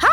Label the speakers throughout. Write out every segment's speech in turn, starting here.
Speaker 1: I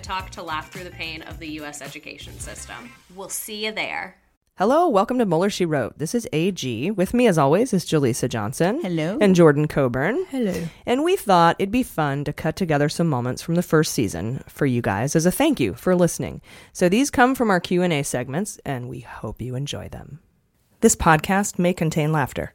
Speaker 2: Talk to laugh through the pain of the U.S. education system. We'll see you there.
Speaker 3: Hello, welcome to Muller She Wrote. This is AG. With me, as always, is Jaleesa Johnson.
Speaker 4: Hello.
Speaker 3: And Jordan Coburn.
Speaker 4: Hello.
Speaker 3: And we thought it'd be fun to cut together some moments from the first season for you guys as a thank you for listening. So these come from our Q&A segments and we hope you enjoy them. This podcast may contain laughter.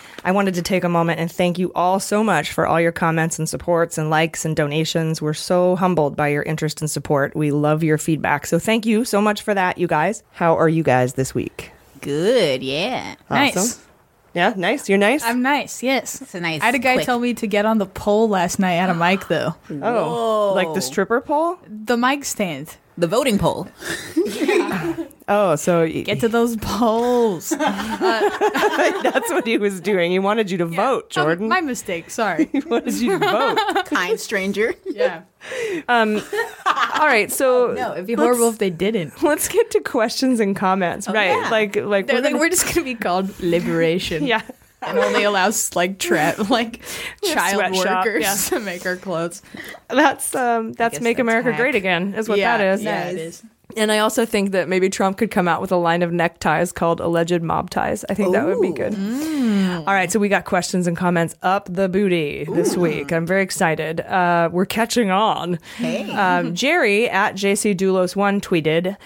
Speaker 3: I wanted to take a moment and thank you all so much for all your comments and supports and likes and donations. We're so humbled by your interest and support. We love your feedback. So thank you so much for that, you guys. How are you guys this week?
Speaker 4: Good, yeah.
Speaker 3: Awesome. Yeah, nice. You're nice.
Speaker 5: I'm nice. Yes,
Speaker 4: It's a nice,
Speaker 5: I had a guy
Speaker 4: quick-
Speaker 5: tell me to get on the pole last night at a mic though.
Speaker 3: oh, like the stripper pole.
Speaker 5: The mic stand.
Speaker 4: The voting poll.
Speaker 3: Oh, so y-
Speaker 5: Get to those poles.
Speaker 3: that's what he was doing. He wanted you to vote, Jordan.
Speaker 5: Oh, My mistake. Sorry.
Speaker 3: he wanted you to vote.
Speaker 4: Kind stranger.
Speaker 5: Yeah.
Speaker 3: all right, so
Speaker 5: No, it'd be horrible if they didn't.
Speaker 3: let's get to questions and comments. right,
Speaker 5: Oh, yeah.
Speaker 3: like like
Speaker 5: They're
Speaker 3: we're
Speaker 5: like,
Speaker 3: gonna-
Speaker 5: we're just gonna be called liberation.
Speaker 3: yeah.
Speaker 5: And only allows like trap like child
Speaker 3: sweatshop,
Speaker 5: workers
Speaker 3: yeah.
Speaker 5: to make our clothes.
Speaker 3: That's um that's
Speaker 4: guess
Speaker 3: make
Speaker 4: that's
Speaker 3: America
Speaker 4: hack.
Speaker 3: great again is what that is.
Speaker 5: Yeah, it is.
Speaker 3: And I also think that maybe Trump could come out with a line of neckties called alleged mob ties. I think that would be good.
Speaker 5: Mm.
Speaker 3: All right, so we got questions and comments up the booty this week. I'm very excited. Uh, we're catching on. Hey. Um, Jerry at JC Doulos1 tweeted,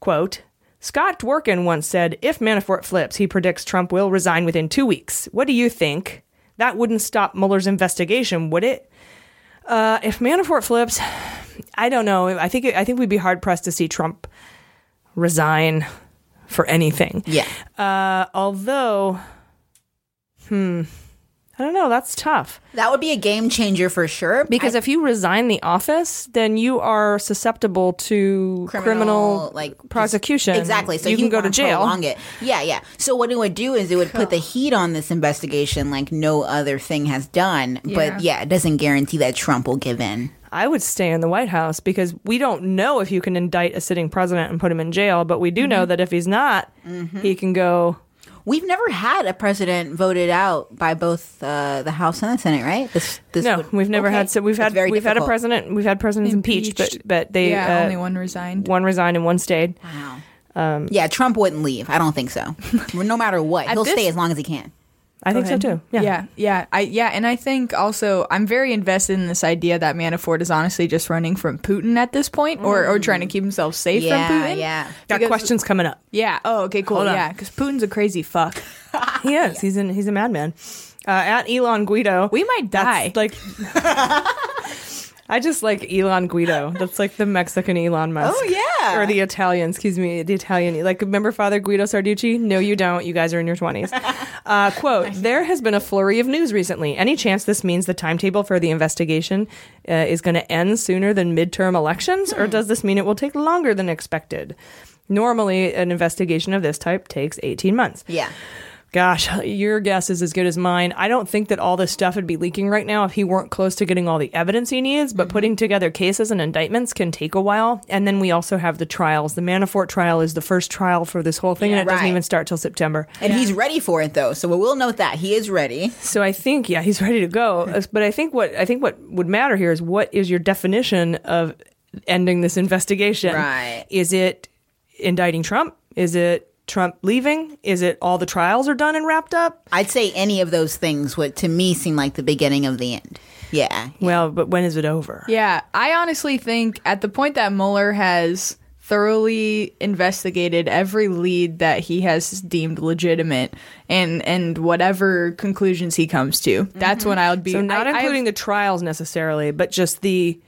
Speaker 3: quote, Scott Dworkin once said, if Manafort flips, he predicts Trump will resign within two weeks. What do you think? That wouldn't stop Mueller's investigation, would it? Uh, if Manafort flips, I don't know. I think I think we'd be hard pressed to see Trump resign for anything.
Speaker 4: Yeah.
Speaker 3: Uh, although, hmm, I don't know. That's tough
Speaker 4: That would be a game changer for sure.
Speaker 3: because if you resign the office, then you are susceptible to criminal, uh,
Speaker 4: like
Speaker 3: prosecution.
Speaker 4: Exactly. So
Speaker 3: you
Speaker 4: you
Speaker 3: can go to
Speaker 4: wanna
Speaker 3: jail.
Speaker 4: Prolong it. Yeah, yeah. So what it would do is it would put the heat on this investigation like no other thing has done. But yeah, it doesn't guarantee that Trump will give in.
Speaker 3: I would stay in the White House because we don't know if you can indict a sitting president and put him in jail, but we do know that if he's not,
Speaker 4: Mm-hmm.
Speaker 3: he can go.
Speaker 4: We've never had a president voted out by both uh, the House and the Senate, right? This, this
Speaker 3: No,
Speaker 4: would-
Speaker 3: we've never
Speaker 4: okay.
Speaker 3: had. So we've
Speaker 4: It's
Speaker 3: had
Speaker 4: very
Speaker 3: we've had a
Speaker 4: difficult.
Speaker 3: president. We've had presidents impeached, but but they
Speaker 5: yeah,
Speaker 3: uh,
Speaker 5: only one resigned.
Speaker 3: one resigned and one stayed. Um,
Speaker 4: Wow. yeah, Trump wouldn't leave. I don't think so. no matter what, he'll
Speaker 5: this-
Speaker 4: stay as long as he can.
Speaker 3: I
Speaker 6: Go
Speaker 3: think so
Speaker 6: ahead.
Speaker 3: too. Yeah.
Speaker 6: yeah, yeah. I yeah, and I think also I'm very invested in this idea that Manafort is honestly just running from Putin at this point, or or
Speaker 7: Mm.
Speaker 6: trying to keep himself safe from Putin.
Speaker 3: Got
Speaker 6: Because-
Speaker 3: questions coming up.
Speaker 6: Yeah. Oh, okay, cool.
Speaker 3: Hold on.
Speaker 6: Yeah, because Putin's a crazy fuck.
Speaker 3: He is. He's in. He's a madman. Uh, at Elon Guido, we might die. That's like, I just like Elon Guido. That's like the Mexican Elon Musk.
Speaker 7: Oh, yeah.
Speaker 3: or the Italian. Excuse me, the Italian. Like, remember Father Guido Sarducci? No, you don't. You guys are in your twenties. Uh, quote: There has been a flurry of news recently. Any chance this means the timetable for the investigation uh, is going to end sooner than midterm elections,
Speaker 4: Hmm.
Speaker 3: or does this mean it will take longer than expected? Normally, an investigation of this type takes eighteen months.
Speaker 4: Yeah.
Speaker 3: Gosh, your guess is as good as mine. I don't think that all this stuff would be leaking right now if he weren't close to getting all the evidence he needs,
Speaker 4: Mm-hmm.
Speaker 3: but putting together cases and indictments can take a while. And then we also have the trials. The Manafort trial is the first trial for this whole thing,
Speaker 4: Yeah.
Speaker 3: and it doesn't
Speaker 4: Right.
Speaker 3: even start till September.
Speaker 4: And he's ready for it though, so we will note that he is ready.
Speaker 3: So I think yeah, he's ready to go. Uh, But I think what I think what would matter here is what is your definition of ending this investigation?
Speaker 4: Right.
Speaker 3: Is it indicting Trump? Is it Trump leaving? Is it all the trials are done and wrapped up?
Speaker 4: I'd say any of those things would to me seem like the beginning of the end. Yeah.
Speaker 3: Well, but when is it over?
Speaker 6: Yeah, I honestly think at the point that Mueller has thoroughly investigated every lead that he has deemed legitimate and and whatever conclusions he comes to, that's when I'll be
Speaker 3: So not
Speaker 6: I- I-
Speaker 3: including the trials necessarily, but just the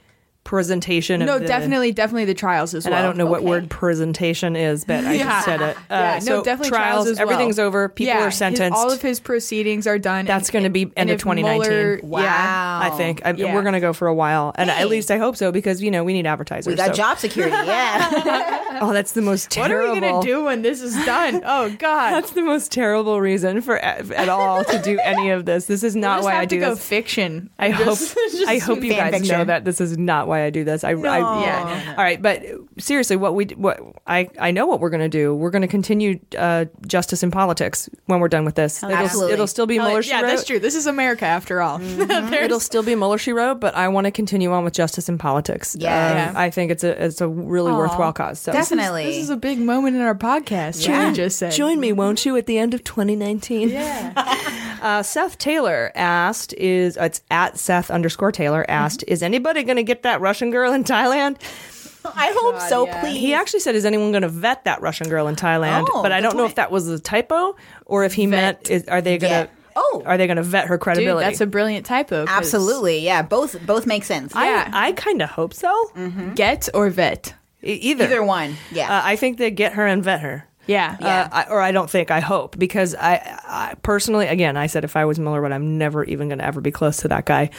Speaker 3: presentation.
Speaker 6: no,
Speaker 3: of the,
Speaker 6: definitely, definitely the trials as
Speaker 3: And
Speaker 6: well.
Speaker 3: I don't know what word presentation is, but I
Speaker 6: Yeah.
Speaker 3: just said it. Uh,
Speaker 6: yeah, no,
Speaker 3: so
Speaker 6: definitely
Speaker 3: trials.
Speaker 6: as well.
Speaker 3: Everything's over. People
Speaker 6: Yeah,
Speaker 3: are
Speaker 6: his-
Speaker 3: sentenced.
Speaker 6: all of his proceedings are done.
Speaker 3: That's going to be end
Speaker 6: and
Speaker 3: of
Speaker 6: if Mueller-
Speaker 3: 2019.
Speaker 6: yeah.
Speaker 3: I think I,
Speaker 6: Yeah.
Speaker 3: we're going to go for a while, and
Speaker 6: Hey.
Speaker 3: at least I hope so because you know we need advertisers.
Speaker 4: We got
Speaker 3: so-
Speaker 4: job security, yeah.
Speaker 3: Oh, that's the most
Speaker 6: What are
Speaker 3: terrible.
Speaker 6: we gonna do when this is done? Oh God,
Speaker 3: That's the most terrible reason for at at all to do any of this. This is not
Speaker 6: just
Speaker 3: why
Speaker 6: have
Speaker 3: I
Speaker 6: to
Speaker 3: do
Speaker 6: go
Speaker 3: this.
Speaker 6: fiction.
Speaker 3: I
Speaker 6: Just-
Speaker 3: hope
Speaker 6: just
Speaker 3: I hope you
Speaker 6: fan
Speaker 3: guys know
Speaker 6: fiction.
Speaker 3: that this is not why I do this. I, I
Speaker 6: No.
Speaker 3: yeah. All right, but seriously, what we what I I know what we're gonna do. We're gonna continue uh, justice in politics when we're done with this.
Speaker 6: Hell
Speaker 3: it'll,
Speaker 6: yeah.
Speaker 3: it'll still be
Speaker 6: Hell
Speaker 3: Mueller.
Speaker 6: Oh, Yeah, that's true. This is America after all.
Speaker 3: It'll still be Mueller she wrote, but I want to continue on with justice in politics.
Speaker 6: Yeah.
Speaker 3: Uh,
Speaker 6: Yeah.
Speaker 3: I think it's a it's a really worthwhile cause. So
Speaker 6: This is, this is a big moment in our podcast.
Speaker 3: Yeah.
Speaker 6: Julie just said.
Speaker 3: Join me, won't you, at the end of 2019?
Speaker 6: Yeah.
Speaker 3: Uh, Seth Taylor asked, "Is it's at Seth underscore Taylor asked,
Speaker 4: Mm-hmm.
Speaker 3: is anybody going to get that Russian girl in Thailand?"
Speaker 4: I hope so, please.
Speaker 3: He actually said, "Is anyone going to vet that Russian girl in Thailand?"
Speaker 4: Oh,
Speaker 3: but I
Speaker 4: good
Speaker 3: don't know if that was a typo or if he meant, is, "Are they going to?
Speaker 4: Oh,
Speaker 3: are they going to vet her credibility?"
Speaker 6: that's a brilliant typo. 'cause-
Speaker 4: Absolutely, yeah. Both both make sense.
Speaker 3: yeah. I, I kind of hope so. E,
Speaker 6: Get or vet?
Speaker 3: Either.
Speaker 4: Mm-hmm. Either one. Yeah.
Speaker 3: Uh, I think they get her and vet her.
Speaker 6: Yeah.
Speaker 3: Uh, I, or I don't think, I hope, because I, I personally, again, I said if I was Miller, but I'm never even going to ever be close to that guy.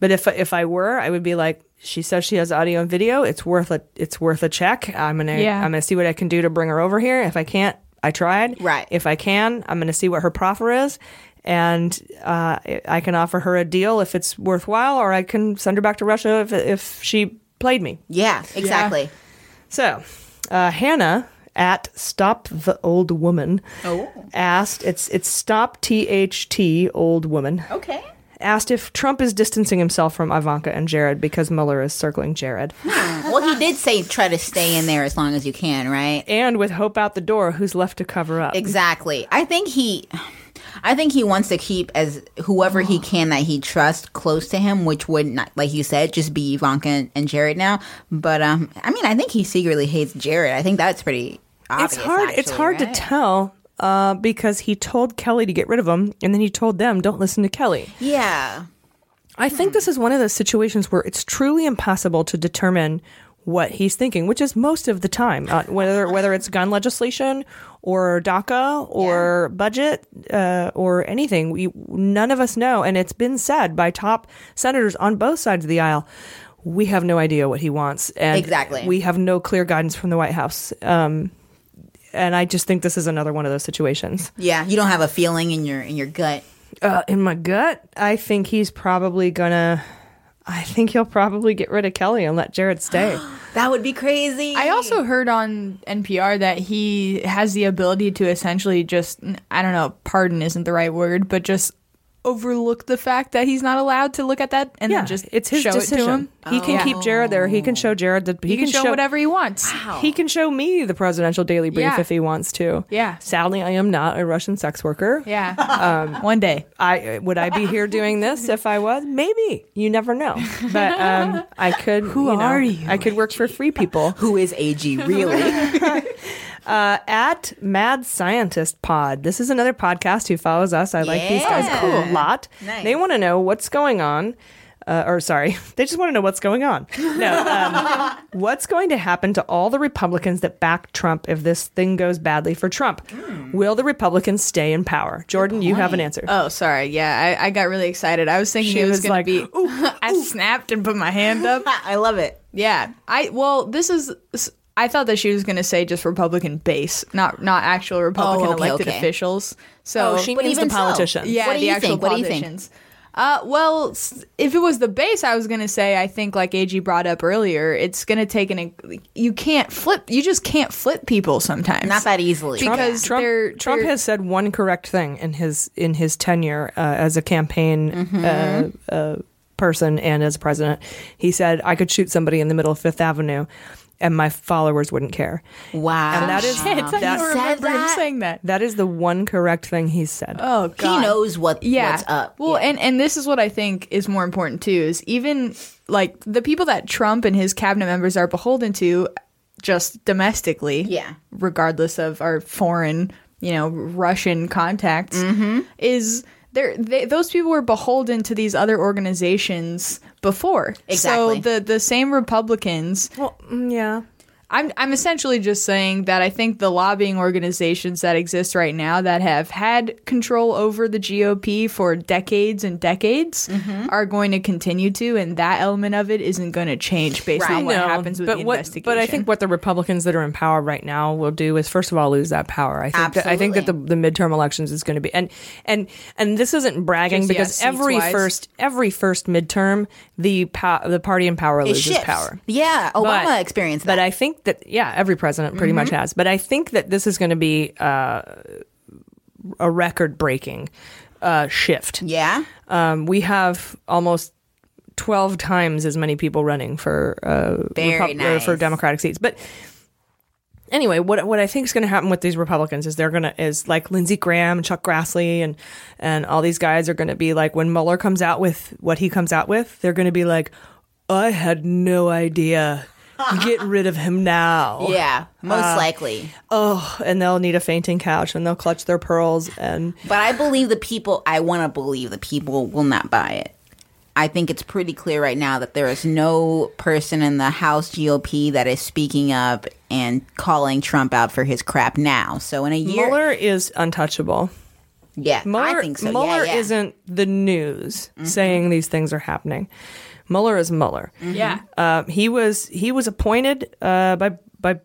Speaker 3: But if if I were, I would be like, she says she has audio and video. It's worth a it's worth a check. I'm gonna
Speaker 6: Yeah.
Speaker 3: I'm gonna see what I can do to bring her over here. If I can't, I tried. Right. If I can, I'm gonna see what her proffer is. And uh, I- I can offer her a deal if it's worthwhile, or I can send her back to Russia if, if she played me.
Speaker 4: Yeah, exactly.
Speaker 3: So, uh, Hannah at Stop the Old Woman
Speaker 4: Oh.
Speaker 3: asked, it's, it's Stop THT Old Woman.
Speaker 4: Okay.
Speaker 3: Asked if Trump is distancing himself from Ivanka and Jared because Mueller is circling Jared.
Speaker 4: well, he did say try to stay in there as long as you can, right?
Speaker 3: And with Hope out the door, who's left to cover up?
Speaker 4: Exactly. I think he. I think he wants to keep as whoever he can that he trusts close to him, which would not, like you said, just be Ivanka and, and Jared now. But um, I mean, I think he secretly hates Jared. I think that's pretty. Obvious,
Speaker 3: it's hard. it's
Speaker 4: actually,
Speaker 3: hard
Speaker 4: right?
Speaker 3: to tell uh, because he told Kelly to get rid of him, and then he told them, "Don't listen to Kelly."
Speaker 4: Yeah.
Speaker 3: I think this is one of those situations where it's truly impossible to determine what he's thinking, which is most of the time, uh, whether whether it's gun legislation or DACA or budget uh, or anything. We, none of us know, and it's been said by top senators on both sides of the aisle. We have no idea what he wants, and
Speaker 4: Exactly.
Speaker 3: we have no clear guidance from the White House. Um, and I just think this is another one of those situations.
Speaker 4: Yeah, you don't have a feeling in your in your gut.
Speaker 3: Uh, in my gut, I think he's probably gonna. I think he'll probably get rid of Kelly and let Jared stay.
Speaker 4: That would be crazy.
Speaker 6: I also heard on NPR that he has the ability to essentially just I don't know, pardon isn't the right word, but just
Speaker 4: overlook the fact that he's not allowed to look at that and then just
Speaker 3: it's his
Speaker 4: show
Speaker 3: decision.
Speaker 4: it to him?
Speaker 3: He can keep Jared there. He can show Jared the. Oh. He,
Speaker 4: He can show whatever he wants.
Speaker 3: He can show me the presidential daily brief
Speaker 4: Yeah.
Speaker 3: if he wants to.
Speaker 4: Yeah.
Speaker 3: Sadly, I am not a Russian sex worker.
Speaker 4: Yeah.
Speaker 3: Um,
Speaker 4: One day,
Speaker 3: I would I be here doing this if I was? Maybe. You never know. But um, I could. Who
Speaker 8: are
Speaker 3: you? I could work for free people.
Speaker 8: Who is AG really?
Speaker 3: uh, at Mad Scientist Pod. This is another podcast who follows us. I like these guys
Speaker 8: Yeah.
Speaker 3: a lot.
Speaker 8: Nice.
Speaker 3: They want to know what's going on. Uh, or sorry, they just want to know what's going on. No, um, what's going to happen to all the Republicans that back Trump if this thing goes badly for Trump?
Speaker 8: Hmm.
Speaker 3: Will the Republicans stay in power? Jordan, you have an answer.
Speaker 4: Oh, sorry. Yeah, I, I got really excited. I was thinking
Speaker 3: She
Speaker 4: it was,
Speaker 3: was
Speaker 4: going
Speaker 3: like,
Speaker 4: to be. I snapped and put my hand up.
Speaker 8: I love it.
Speaker 4: Yeah. I well, this is. I thought that she was going to say just Republican base, not not actual Republican
Speaker 8: Oh, okay,
Speaker 4: elected
Speaker 8: okay.
Speaker 4: officials. So
Speaker 3: Oh, she But means the even so, politicians.
Speaker 4: Yeah,
Speaker 3: what do
Speaker 4: the
Speaker 3: you
Speaker 4: actual
Speaker 3: think? What do you think?
Speaker 4: politicians. Uh, well, s- if it was the base, I was going to say, I think, like AG brought up earlier, it's going to take an. You can't flip. You just can't flip people sometimes.
Speaker 8: Not that easily.
Speaker 3: Trump-
Speaker 4: Because
Speaker 3: Trump,
Speaker 4: they're-
Speaker 3: Trump
Speaker 4: they're-
Speaker 3: has said one correct thing in his in his tenure uh, as a campaign
Speaker 4: Mm-hmm.
Speaker 8: Mhm.
Speaker 3: uh, uh, person and as president. He said, "I could shoot somebody in the middle of Fifth Avenue, and my followers wouldn't care."
Speaker 8: Wow,
Speaker 3: and that is
Speaker 4: Shit, I don't
Speaker 3: that-
Speaker 4: remember him saying that.
Speaker 3: that is the one correct thing he said.
Speaker 4: Oh god.
Speaker 8: knows what-
Speaker 4: yeah.
Speaker 8: what's up.
Speaker 4: Well, and and this is what I think is more important too is even like the people that Trump and his cabinet members are beholden to just domestically.
Speaker 8: Yeah.
Speaker 4: Regardless of our foreign, you know, Russian contacts is they're, they, those people were beholden to these other organizations before.
Speaker 8: Exactly.
Speaker 4: So the the same Republicans
Speaker 3: mm, yeah.
Speaker 4: I'm I'm essentially just saying that I think the lobbying organizations that exist right now that have had control over the GOP for decades and decades
Speaker 8: Mm-hmm.
Speaker 4: are going to continue to, and that element of it isn't going to change based on what
Speaker 3: No,
Speaker 4: happens with
Speaker 3: but
Speaker 4: the
Speaker 3: what,
Speaker 4: investigation.
Speaker 3: But I think what the Republicans that are in power right now will do is first of all lose that power. I think that, I think that the, the midterm elections is going to be and and and this isn't bragging
Speaker 4: Just, yeah,
Speaker 3: because every
Speaker 4: seats-wise.
Speaker 3: first every first midterm the po- the party in power
Speaker 8: It
Speaker 3: loses
Speaker 8: shifts.
Speaker 3: power.
Speaker 8: Yeah, Obama
Speaker 3: But-
Speaker 8: experienced
Speaker 3: But
Speaker 8: that.
Speaker 3: I think that yeah, every president pretty much
Speaker 4: Mm-hmm.
Speaker 8: Mhm.
Speaker 3: has. But I think that this is going to be uh, a record breaking uh, shift.
Speaker 8: Yeah,
Speaker 3: um, we have almost. 12 times as many people running for uh,
Speaker 8: Very
Speaker 3: Repub- or for
Speaker 8: nice.
Speaker 3: Democratic seats. But anyway, what what I think is going to happen with these Republicans is they're going to is like Lindsey Graham, Chuck Grassley, and and all these guys are going to be like when Mueller comes out with what he comes out with, they're going to be like, I had no idea. Get rid of him now.
Speaker 8: Yeah, most
Speaker 3: Uh,
Speaker 8: likely.
Speaker 3: Oh, and they'll need a fainting couch and they'll clutch their pearls and
Speaker 8: But I believe the people, I want to believe the people will not buy it. I think it's pretty clear right now that there is no person in the House GOP that is speaking up and calling Trump out for his crap now. So in a year,
Speaker 3: Mueller is untouchable.
Speaker 8: yeah,
Speaker 3: Mueller,
Speaker 8: I think so.
Speaker 3: Mueller
Speaker 8: yeah, Mm-hmm. yeah.
Speaker 3: isn't the news saying these things are happening. Mueller is Mueller.
Speaker 8: Mm-hmm.
Speaker 4: Yeah.
Speaker 3: Uh, he was he was appointed uh, by by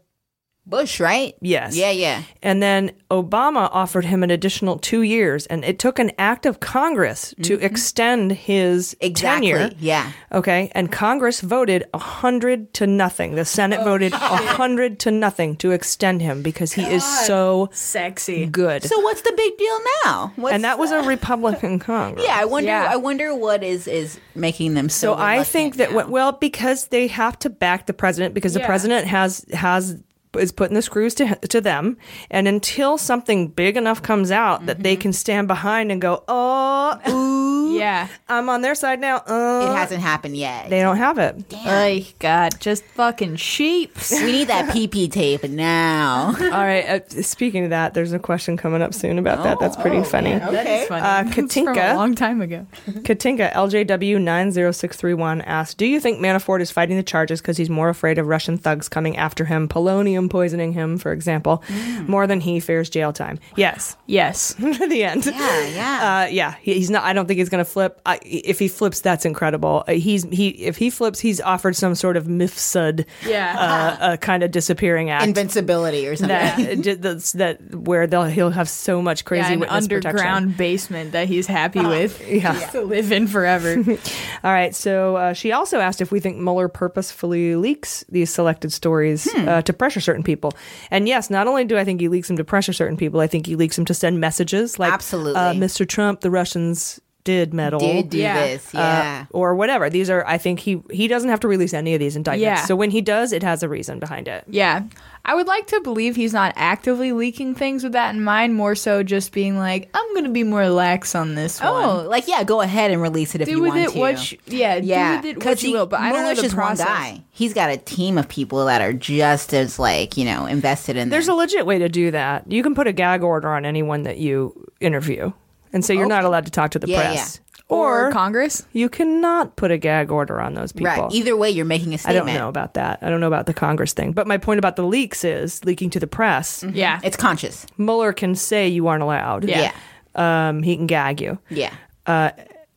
Speaker 8: Bush, right?
Speaker 3: Yes.
Speaker 8: Yeah, yeah.
Speaker 3: And then Obama offered him an additional two years, and it took an act of Congress to extend his
Speaker 8: Mm-hmm. Exactly.
Speaker 3: tenure.
Speaker 8: Yeah.
Speaker 3: Okay, and Congress voted a hundred to nothing. The Senate
Speaker 8: Oh,
Speaker 3: voted a hundred to nothing to extend him because he is so
Speaker 4: sexy
Speaker 3: good.
Speaker 8: So what's the big deal now? What's,
Speaker 3: and that was a Republican Congress.
Speaker 8: yeah, I wonder.
Speaker 3: Yeah.
Speaker 8: I wonder what is is making them so.
Speaker 3: So I
Speaker 8: reluctant
Speaker 3: think that
Speaker 8: now.
Speaker 3: what well because they have to back the president because the
Speaker 8: Yeah.
Speaker 3: president has has is putting the screws to to them and until something big enough comes out that they can stand behind and go oh ooh
Speaker 4: yeah
Speaker 3: I'm on their side now uh,
Speaker 8: it hasn't happened yet.
Speaker 3: they don't have it
Speaker 4: Ay, God, just fucking sheeps.
Speaker 8: we need that PP tape now.
Speaker 3: all right uh, speaking of that there's a question coming up soon about that that's pretty funny
Speaker 4: Oh, That is funny.
Speaker 3: Uh,
Speaker 4: It's from
Speaker 3: Katinka.
Speaker 4: a long time ago.
Speaker 3: Katinka LJW90631 asked, Do you think Manafort is fighting the charges because he's more afraid of Russian thugs coming after him, polonium poisoning him, for example,
Speaker 4: Mm.
Speaker 3: more than he fears jail time? Yes.
Speaker 4: Yes.
Speaker 3: the end. Yeah, yeah. Uh, yeah, he- he's not, I don't think he's going to flip. I, if he flips, that's incredible. Uh, he's, he, if he flips, he's offered some sort of mifsud,
Speaker 8: Yeah.
Speaker 3: uh, uh, kind of disappearing act.
Speaker 8: Invincibility or something.
Speaker 3: that, that's- that where they'll he'll have so much crazy
Speaker 4: yeah, an
Speaker 3: witness
Speaker 4: underground
Speaker 3: protection. Ah,
Speaker 4: basement that he's happy with.
Speaker 3: yeah.
Speaker 4: to live in forever.
Speaker 3: All right. So uh, she also asked if we think Mueller purposefully leaks these selected stories
Speaker 4: Hmm.
Speaker 3: uh, to pressure certain people. And yes, not only do I think he leaks them to pressure certain people, I think he leaks them to send messages like,
Speaker 8: Absolutely.
Speaker 3: uh, Mr. Trump, the Russians did meddle, Uh,
Speaker 4: Did do Yeah.
Speaker 6: uh,
Speaker 4: this, yeah.
Speaker 3: or whatever. These are, I think he he doesn't have to release any of these indictments.
Speaker 6: Yeah.
Speaker 3: So when he does, it has a reason behind it.
Speaker 6: Yeah. I would like to believe he's not actively leaking things with that in mind, more so just being like, I'm going to be more lax on this one.
Speaker 4: Oh, like yeah, go ahead and release it if
Speaker 6: Do
Speaker 4: you
Speaker 6: with
Speaker 4: want
Speaker 6: it
Speaker 4: to.
Speaker 6: what you- yeah, do
Speaker 4: yeah,
Speaker 6: with it what
Speaker 4: 'cause
Speaker 6: you
Speaker 4: he-
Speaker 6: will, but I don't know
Speaker 4: Mueller's
Speaker 6: the
Speaker 4: just one
Speaker 6: process.
Speaker 4: guy. He's got a team of people that are just as like you know invested in.
Speaker 3: There's a legit way to do that. You can put a gag order on anyone that you interview, and
Speaker 6: Oh.
Speaker 3: so you're not allowed to talk to the
Speaker 4: Yeah,
Speaker 3: press.
Speaker 4: yeah.
Speaker 3: Or,
Speaker 4: Or
Speaker 6: Congress,
Speaker 3: you cannot put a gag order on those people.
Speaker 4: Right. Either way, you're making a
Speaker 3: I
Speaker 4: statement.
Speaker 3: don't know about that. I don't know about the Congress thing. But my point about the leaks is leaking to the press.
Speaker 6: Yeah.
Speaker 4: It's conscious.
Speaker 3: Mueller can say you aren't allowed.
Speaker 4: Yeah.
Speaker 3: Um, he can gag you.
Speaker 4: Yeah.
Speaker 3: Uh,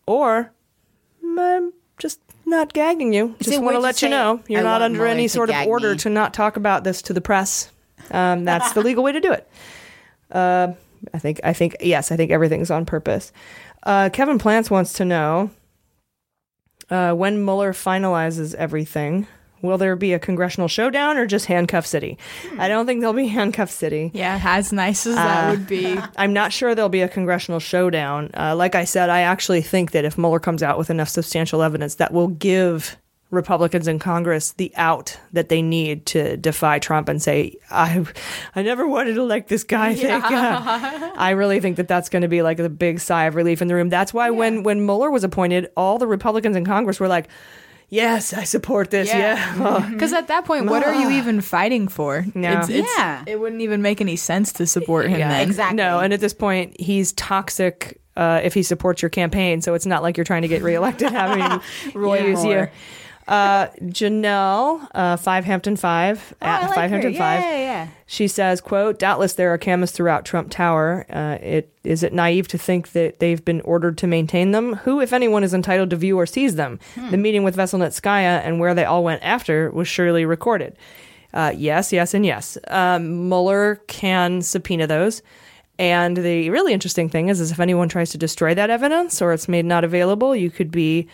Speaker 3: or "Mm, I'm just not gagging you.
Speaker 4: Is
Speaker 3: Just
Speaker 4: it
Speaker 3: want to
Speaker 4: weird to
Speaker 3: let you
Speaker 4: say,
Speaker 3: know you're
Speaker 4: "I
Speaker 3: not
Speaker 4: want
Speaker 3: under
Speaker 4: Mueller
Speaker 3: any
Speaker 4: to
Speaker 3: sort of
Speaker 4: gag
Speaker 3: order
Speaker 4: me."
Speaker 3: to not talk about this to the press. Um, that's the legal way to do it. Uh, I think. I think. Yes. I think everything's on purpose. Uh, Kevin Plants wants to know uh, when Mueller finalizes everything. Will there be a congressional showdown or just handcuff city?
Speaker 4: Hmm.
Speaker 3: I don't think there'll be handcuff city.
Speaker 6: Yeah, as nice as that
Speaker 3: Uh,
Speaker 6: would be.
Speaker 3: I'm not sure there'll be a congressional showdown. Uh, like I said, I actually think that if Mueller comes out with enough substantial evidence, that will give Republicans in Congress the out that they need to defy Trump and say, "I, I never wanted to elect this guy." Thank God. I really think that that's going to be like the big sigh of relief in the room. That's why when when Mueller was appointed, all the Republicans in Congress were like. Yes, I support this. Yeah.
Speaker 6: Because at that point, what are you
Speaker 3: Ah.
Speaker 6: even fighting for?
Speaker 3: No.
Speaker 4: Yeah.
Speaker 6: It wouldn't even make any sense to support him then.
Speaker 3: No, and at this point, he's toxic uh, if he supports your campaign. So it's not like you're trying to get reelected having Roy
Speaker 6: Yeah.
Speaker 3: use you. Uh, Janelle, uh, Five Hampton Five at
Speaker 4: Oh, I like
Speaker 3: Five Hampton
Speaker 4: her.
Speaker 3: Five.
Speaker 4: Yeah, yeah, yeah.
Speaker 3: She says, "quote Doubtless there are cameras throughout Trump Tower. Uh, it is it naive to think that they've been ordered to maintain them. Who, if anyone, is entitled to view or seize them?
Speaker 4: Hmm.
Speaker 3: The meeting with Veselnitskaya and where they all went after was surely recorded. Uh, yes, yes, and yes. Um, Mueller can subpoena those." And the really interesting thing is, is if anyone tries to destroy that evidence or it's made not available, you could be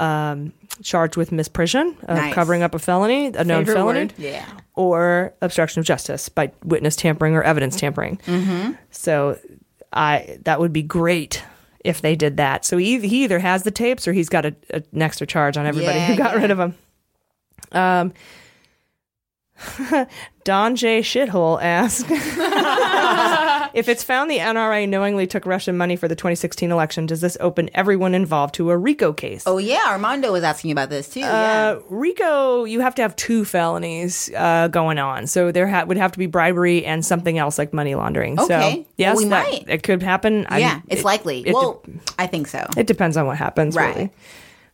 Speaker 3: um, charged with misprision of
Speaker 4: Nice.
Speaker 3: covering up a felony, a known
Speaker 4: Favorite
Speaker 3: felony,
Speaker 4: word. Yeah.
Speaker 3: or obstruction of justice by witness tampering or
Speaker 4: Mm-hmm.
Speaker 3: evidence tampering.
Speaker 4: Mhm.
Speaker 3: So, I that would be great if they did that. So he, he either has the tapes or he's got a, a, an extra charge on everybody
Speaker 4: Yeah,
Speaker 3: who got
Speaker 4: yeah.
Speaker 3: rid of them. Um, Don J. Shithole asked if it's found the NRA knowingly took Russian money for the 2016 election. Does this open everyone involved to a RICO case?
Speaker 4: Oh yeah, Armando was asking about this too.
Speaker 3: Uh, RICO, you have to have two felonies uh, going on. So there ha- would have to be bribery and something else like money laundering.
Speaker 4: Okay.
Speaker 3: So, yes,
Speaker 4: Well, we
Speaker 3: that-
Speaker 4: might.
Speaker 3: It could happen.
Speaker 4: yeah,
Speaker 3: I'm-
Speaker 4: yeah, it's
Speaker 3: it-
Speaker 4: likely.
Speaker 3: it
Speaker 4: well, I think so.
Speaker 3: it depends on what happens,
Speaker 4: Right.
Speaker 3: really.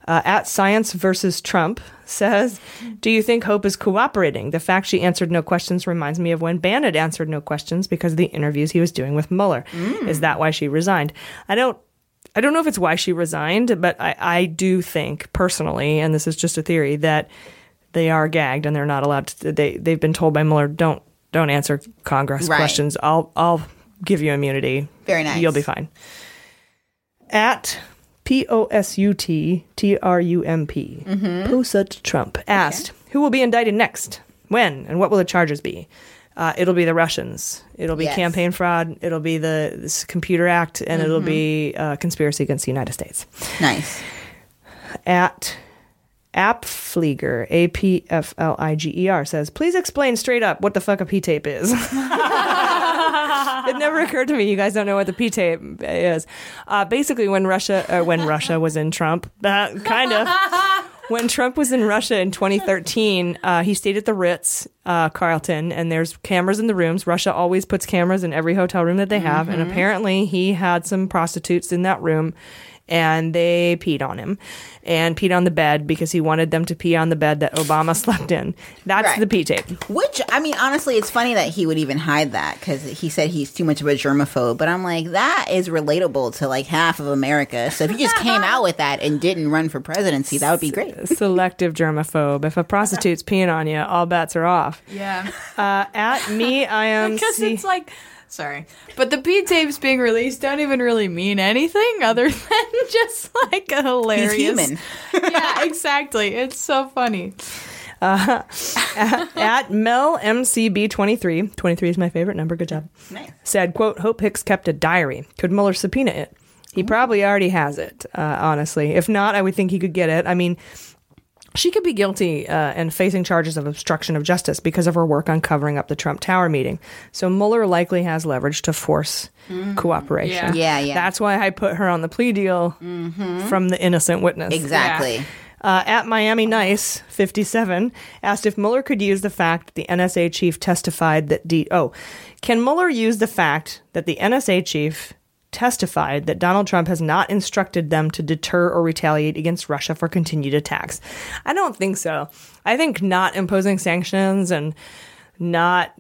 Speaker 3: Uh, at Science versus Trump says, Do you think Hope is cooperating? The fact she answered no questions reminds me of when Bannon answered no questions because of the interviews he was doing with Mueller.
Speaker 4: Mm.
Speaker 3: Is that why she resigned? I don't. I don't know if it's why she resigned, but I, I do think personally, and this is just a theory, that they are gagged and they're not allowed to. They they've been told by Mueller, don't don't answer Congress
Speaker 4: Right.
Speaker 3: questions. I'll I'll give you immunity.
Speaker 4: Very nice.
Speaker 3: You'll be fine at P O S U T T R U M P. Posut Trump asked, "Who will be indicted next? When and what will the charges be?" Uh, it'll be the Russians. It'll be
Speaker 4: Yes.
Speaker 3: campaign fraud. It'll be the this Computer Act, and it'll be uh, conspiracy against the United States.
Speaker 4: Nice.
Speaker 3: At Apflieger, A P F L I G E R says, "Please explain straight up what the fuck a P tape is." it never occurred to me. You guys don't know what the P tape is. Uh, basically, when Russia, uh, when Russia was in Trump, that kind of. When Trump was in Russia in 2013, uh, he stayed at the Ritz uh, Carlton, and there's cameras in the rooms. Russia always puts cameras in every hotel room that they have, and
Speaker 4: Mhm.
Speaker 3: apparently he had some prostitutes in that room, and they peed on him, and peed on the bed because he wanted them to pee on the bed that Obama slept in. That's
Speaker 4: Right.
Speaker 3: the pee tape.
Speaker 4: Which I mean, honestly, it's funny that he would even hide that because he said he's too much of a germaphobe. But I'm like, that is relatable to like half of America. So if you just came out with that and didn't run for presidency, that would be great.
Speaker 6: Um,
Speaker 3: Selective germaphobe. If a prostitute's peeing on you, all bets are off.
Speaker 6: Yeah.
Speaker 3: Uh, at me, I am.
Speaker 6: Because it's like, sorry, but the P tapes being released don't even really mean anything other than just like a hilarious.
Speaker 3: human.
Speaker 6: yeah, exactly. It's so funny.
Speaker 3: Uh, at, at Mel MCB23, 23 is my favorite number, good job, said, quote, Hope Hicks kept a diary. Could Mueller subpoena it? He probably already has it, uh, honestly. If not, I would think he could get it. I mean, she could be guilty uh, and facing charges of obstruction of justice because of her work on covering up the Trump Tower meeting. So Mueller likely has leverage to force
Speaker 4: Mhm.
Speaker 3: cooperation.
Speaker 4: Yeah. Yeah, yeah.
Speaker 3: That's why I put her on the plea deal from the innocent witness.
Speaker 4: Exactly.
Speaker 3: Uh, at Miami Nice, 57, asked if Mueller could use the fact that the NSA chief testified that D. Oh, can Mueller use the fact that the NSA chief testified that Donald Trump has not instructed them to deter or retaliate against Russia for continued attacks? I don't think so. I think not imposing sanctions and not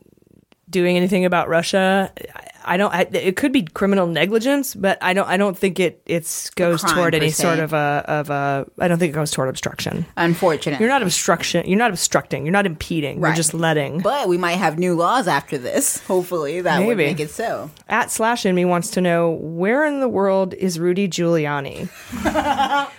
Speaker 3: doing anything about Russia. I- I don't. I, it could be criminal negligence, but I don't. I don't think it it's goes
Speaker 4: crime
Speaker 3: toward
Speaker 4: per
Speaker 3: any
Speaker 4: se.
Speaker 3: sort of uh, a of a. I don't think it goes toward obstruction.
Speaker 4: Unfortunately.
Speaker 3: You're not obstruction. You're not obstructing. You're not impeding. You're
Speaker 4: Right.
Speaker 3: just letting.
Speaker 4: But we might have new laws after this. Hopefully, that would
Speaker 3: Maybe.
Speaker 4: make it so.
Speaker 3: At slash in me wants to know where in the world is Rudy Giuliani?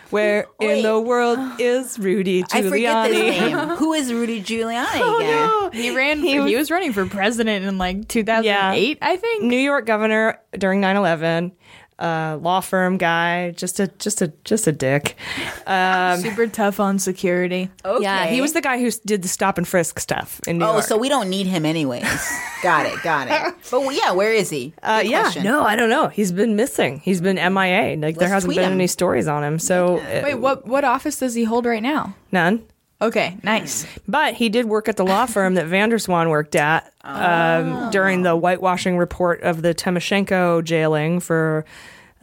Speaker 3: where in the world is Rudy Giuliani?
Speaker 4: I forget this name. Oh, Who is Rudy Giuliani?
Speaker 8: Oh,
Speaker 4: again?
Speaker 8: He ran. He, was running for president in like 2008, I think.
Speaker 3: New York governor during 9/11, uh, law firm guy, just a just a just a dick. Um,
Speaker 8: Super tough on security.
Speaker 3: Yeah, he was the guy who s- did the stop and frisk stuff in New
Speaker 4: oh,
Speaker 3: York.
Speaker 4: so we don't need him anyways. got it. Got it. But well, yeah, where is he?
Speaker 3: Uh,
Speaker 4: Good
Speaker 3: yeah,
Speaker 4: question.
Speaker 3: no, I don't know. He's been missing. He's been MIA. Like there
Speaker 8: Let's
Speaker 3: hasn't
Speaker 8: tweet
Speaker 3: been
Speaker 8: him.
Speaker 3: any stories on him. So uh,
Speaker 8: Wait, what what office does he hold right now?
Speaker 3: None.
Speaker 8: Okay, nice.
Speaker 3: But he did work at the law firm that Vanderswan worked at um, during the whitewashing report of the Timoshenko jailing for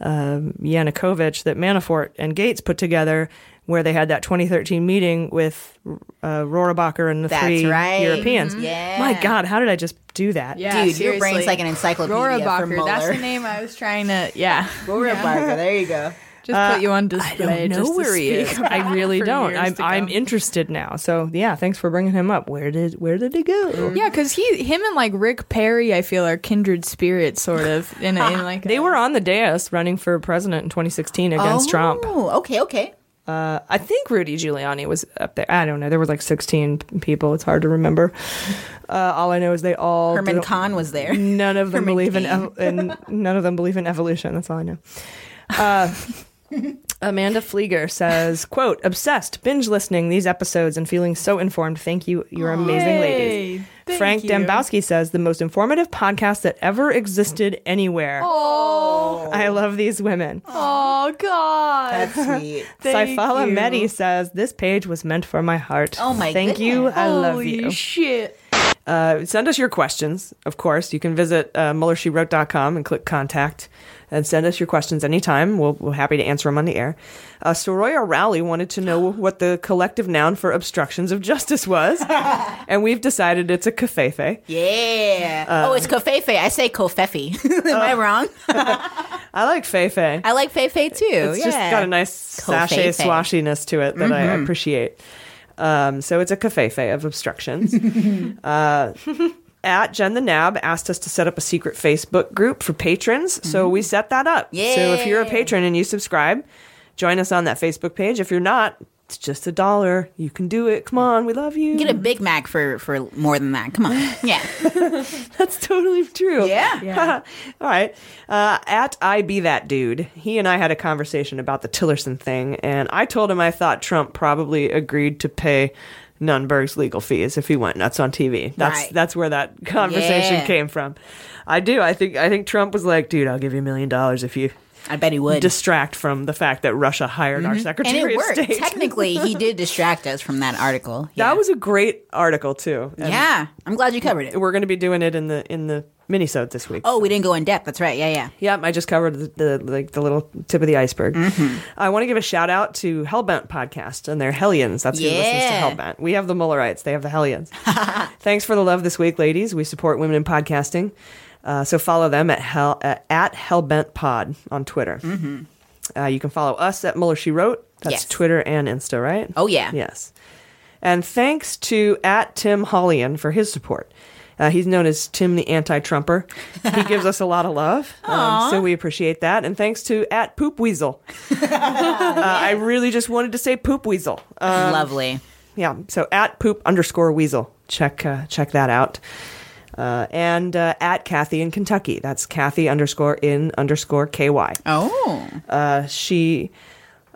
Speaker 3: um Yanukovych that Manafort and Gates put together, where they had that 2013 meeting with uh, Rohrabacher and the
Speaker 4: That's
Speaker 3: three
Speaker 4: right.
Speaker 3: Europeans.
Speaker 4: Mhm. Yeah.
Speaker 3: My God, how did I just do that?
Speaker 8: Yeah,
Speaker 4: Dude, your brain's
Speaker 8: seriously.
Speaker 4: like an encyclopedia for
Speaker 8: Rohrabacher, that's
Speaker 4: Mueller.
Speaker 8: the name I was trying to. Yeah,
Speaker 4: Rohrabacher. There you go.
Speaker 8: Just put you on display.
Speaker 3: Uh, I don't know
Speaker 8: just to
Speaker 3: where he
Speaker 8: speak
Speaker 3: is.
Speaker 8: about
Speaker 3: I
Speaker 8: it
Speaker 3: really
Speaker 8: for
Speaker 3: don't.
Speaker 8: years
Speaker 3: I'm
Speaker 8: to
Speaker 3: I'm
Speaker 8: come.
Speaker 3: interested now. So yeah, thanks for bringing him up. Where did where did he go?
Speaker 8: Yeah, because he, him, and like Rick Perry, I feel are kindred spirits, sort of. In, a, in like
Speaker 3: they were on the dais running for president in 2016 against
Speaker 4: oh,
Speaker 3: Trump.
Speaker 4: Okay. Okay.
Speaker 3: Uh, I think Rudy Giuliani was up there. I don't know. There were like 16 p- people. It's hard to remember. Uh, all I know is they all
Speaker 4: Herman
Speaker 3: did-
Speaker 4: Kahn was there.
Speaker 3: None of them
Speaker 4: Herman
Speaker 3: believe in,
Speaker 4: Cain.
Speaker 3: ev- in none of them believe in evolution. That's all I know. Uh, Amanda Flieger says, "Quote: Obsessed, binge listening these episodes and feeling so informed. Thank you, you're amazing, ladies."
Speaker 8: Thank
Speaker 3: Frank
Speaker 8: you.
Speaker 3: Dembowski says, "The most informative podcast that ever existed anywhere."
Speaker 8: Oh,
Speaker 3: I love these women.
Speaker 8: oh God,
Speaker 4: That's sweet.
Speaker 8: Thank
Speaker 3: Saifala
Speaker 8: you.
Speaker 3: Medi says, This page was meant for my heart.
Speaker 4: Oh my
Speaker 3: Thank you. I love
Speaker 8: Holy
Speaker 3: you.
Speaker 8: Shit.
Speaker 3: Uh, send us your questions, of course. You can visit uh, MullerSheWrote.com and click contact and send us your questions anytime. We'll, we're happy to answer them on the air. Uh, Soroya Rowley wanted to know what the collective noun for obstructions of justice was, and we've decided it's a kafefe.
Speaker 4: Yeah.
Speaker 3: Uh, Oh.
Speaker 4: oh, it's Kofefe. I say Kofefe. Am I wrong?
Speaker 3: I like fefe.
Speaker 4: I like Fefe too.
Speaker 3: It's
Speaker 4: yeah.
Speaker 3: just got a nice sachet
Speaker 4: Kofefe.
Speaker 3: swashiness to it that I
Speaker 4: Mhm.
Speaker 3: appreciate. Um, so it's a kafefe of obstructions. uh, at Jen the Nab asked us to set up a secret Facebook group for patrons. So we set that up. So if you're a
Speaker 4: Mm-hmm. Yay.
Speaker 3: patron and you subscribe, join us on that Facebook page. If you're not, it's just a dollar. You can do it. Come on, we love you.
Speaker 4: Get a Big Mac for for more than that. Come on. Yeah.
Speaker 3: That's totally true.
Speaker 4: Yeah.
Speaker 3: All right. Uh, at I be that dude, he and I had a conversation about the Tillerson thing, and I told him I thought Trump probably agreed to pay Nunberg's legal fees if he went nuts on TV. That's
Speaker 4: Right.
Speaker 3: that's where that conversation
Speaker 4: Yeah.
Speaker 3: came from. I do. I think I think Trump was like, dude, I'll give you a million dollars if you.
Speaker 4: I bet he would
Speaker 3: distract from the fact that Russia hired our Secretary
Speaker 4: Mm-hmm. and it
Speaker 3: of
Speaker 4: worked.
Speaker 3: State.
Speaker 4: Technically, he did distract us from that article.
Speaker 3: That was a great article too. And
Speaker 4: Yeah, I'm glad you covered it.
Speaker 3: We're going to be doing it in the in the minisode this week.
Speaker 4: Oh, we didn't go in depth. That's right. Yeah, yeah.
Speaker 3: Yep, I just covered the, the like the little tip of the iceberg.
Speaker 4: Mm-hmm.
Speaker 3: I want to give a shout out to Hellbent podcast and their Hellions. That's who
Speaker 4: Yeah.
Speaker 3: listens to Hellbent. We have the Mullerites, they have the Hellions. Thanks for the love this week, ladies. We support women in podcasting, uh, so follow them at hell uh, at Hellbent Pod on Twitter. Uh, you can follow us at Muller She Wrote. That's
Speaker 4: Mm-hmm. Yes.
Speaker 3: Twitter and Insta, right?
Speaker 4: Oh, yeah.
Speaker 3: Yes. And thanks to at Tim Hollian for his support. Uh, he's known as Tim the Anti-Trumper. He gives us a lot of love, um, so we appreciate that. And thanks to at Poop Weasel. Uh, I really just wanted to say Poop Weasel. Um,
Speaker 4: Lovely.
Speaker 3: Yeah. So at Poop underscore Weasel. Check uh, check that uh, out. uh, and uh, at Kathy in Kentucky. That's Kathy underscore in underscore KY.
Speaker 9: Oh.
Speaker 3: Uh, she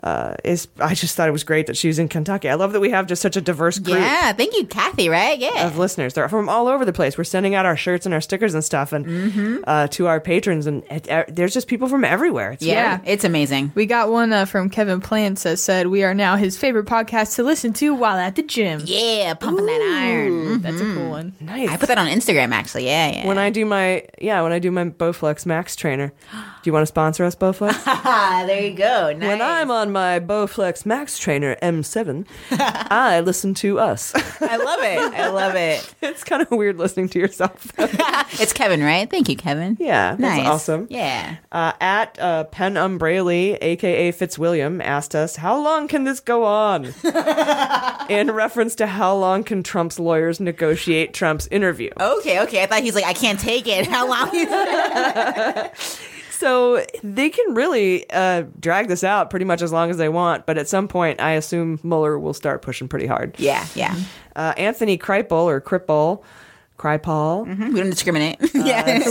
Speaker 3: uh, is, I just thought it was great that she was in Kentucky. I love that we have just such a diverse group
Speaker 9: Yeah, thank you, Kathy, right? Yeah.
Speaker 3: of listeners. They're from all over the place. We're sending out our shirts and our stickers and stuff, and
Speaker 9: Mm-hmm.
Speaker 3: uh, to our patrons. And it, uh, there's just people from everywhere. It's
Speaker 4: Yeah.
Speaker 3: great.
Speaker 9: It's amazing.
Speaker 4: We got one uh, from Kevin Plants that said, We are now his favorite podcast to listen to while at the gym.
Speaker 9: Yeah, pumping that iron. Mm-hmm.
Speaker 4: That's a cool one.
Speaker 3: Nice.
Speaker 9: I put that on Instagram actually. Yeah, yeah.
Speaker 3: When I do my yeah, when I do my Bowflex Max trainer, do you want to sponsor us, Bowflex?
Speaker 9: Ah, there you go. Nice.
Speaker 3: when I'm on my Bowflex Max trainer M7, I listen to us.
Speaker 9: I love it. I love it.
Speaker 3: it's kind of weird listening to yourself.
Speaker 9: it's Kevin, right? Thank you, Kevin.
Speaker 3: Yeah, that's
Speaker 9: Nice.
Speaker 3: awesome.
Speaker 9: Yeah.
Speaker 3: Uh, at uh, Penn Umbraley, aka Fitzwilliam, asked us, "How long can this go on?" In reference to how long can Trump's lawyers negotiate Trump's interview.
Speaker 9: Okay, okay. I thought he's like, I can't take it. How long?
Speaker 3: So they can really uh, drag this out pretty much as long as they want, but at some point, I assume Mueller will start pushing pretty hard.
Speaker 9: yeah, yeah.
Speaker 3: Uh, Anthony Kripal or Kripal, Kripal,
Speaker 9: Mm-hmm. We don't discriminate.
Speaker 3: Uh,
Speaker 9: yeah.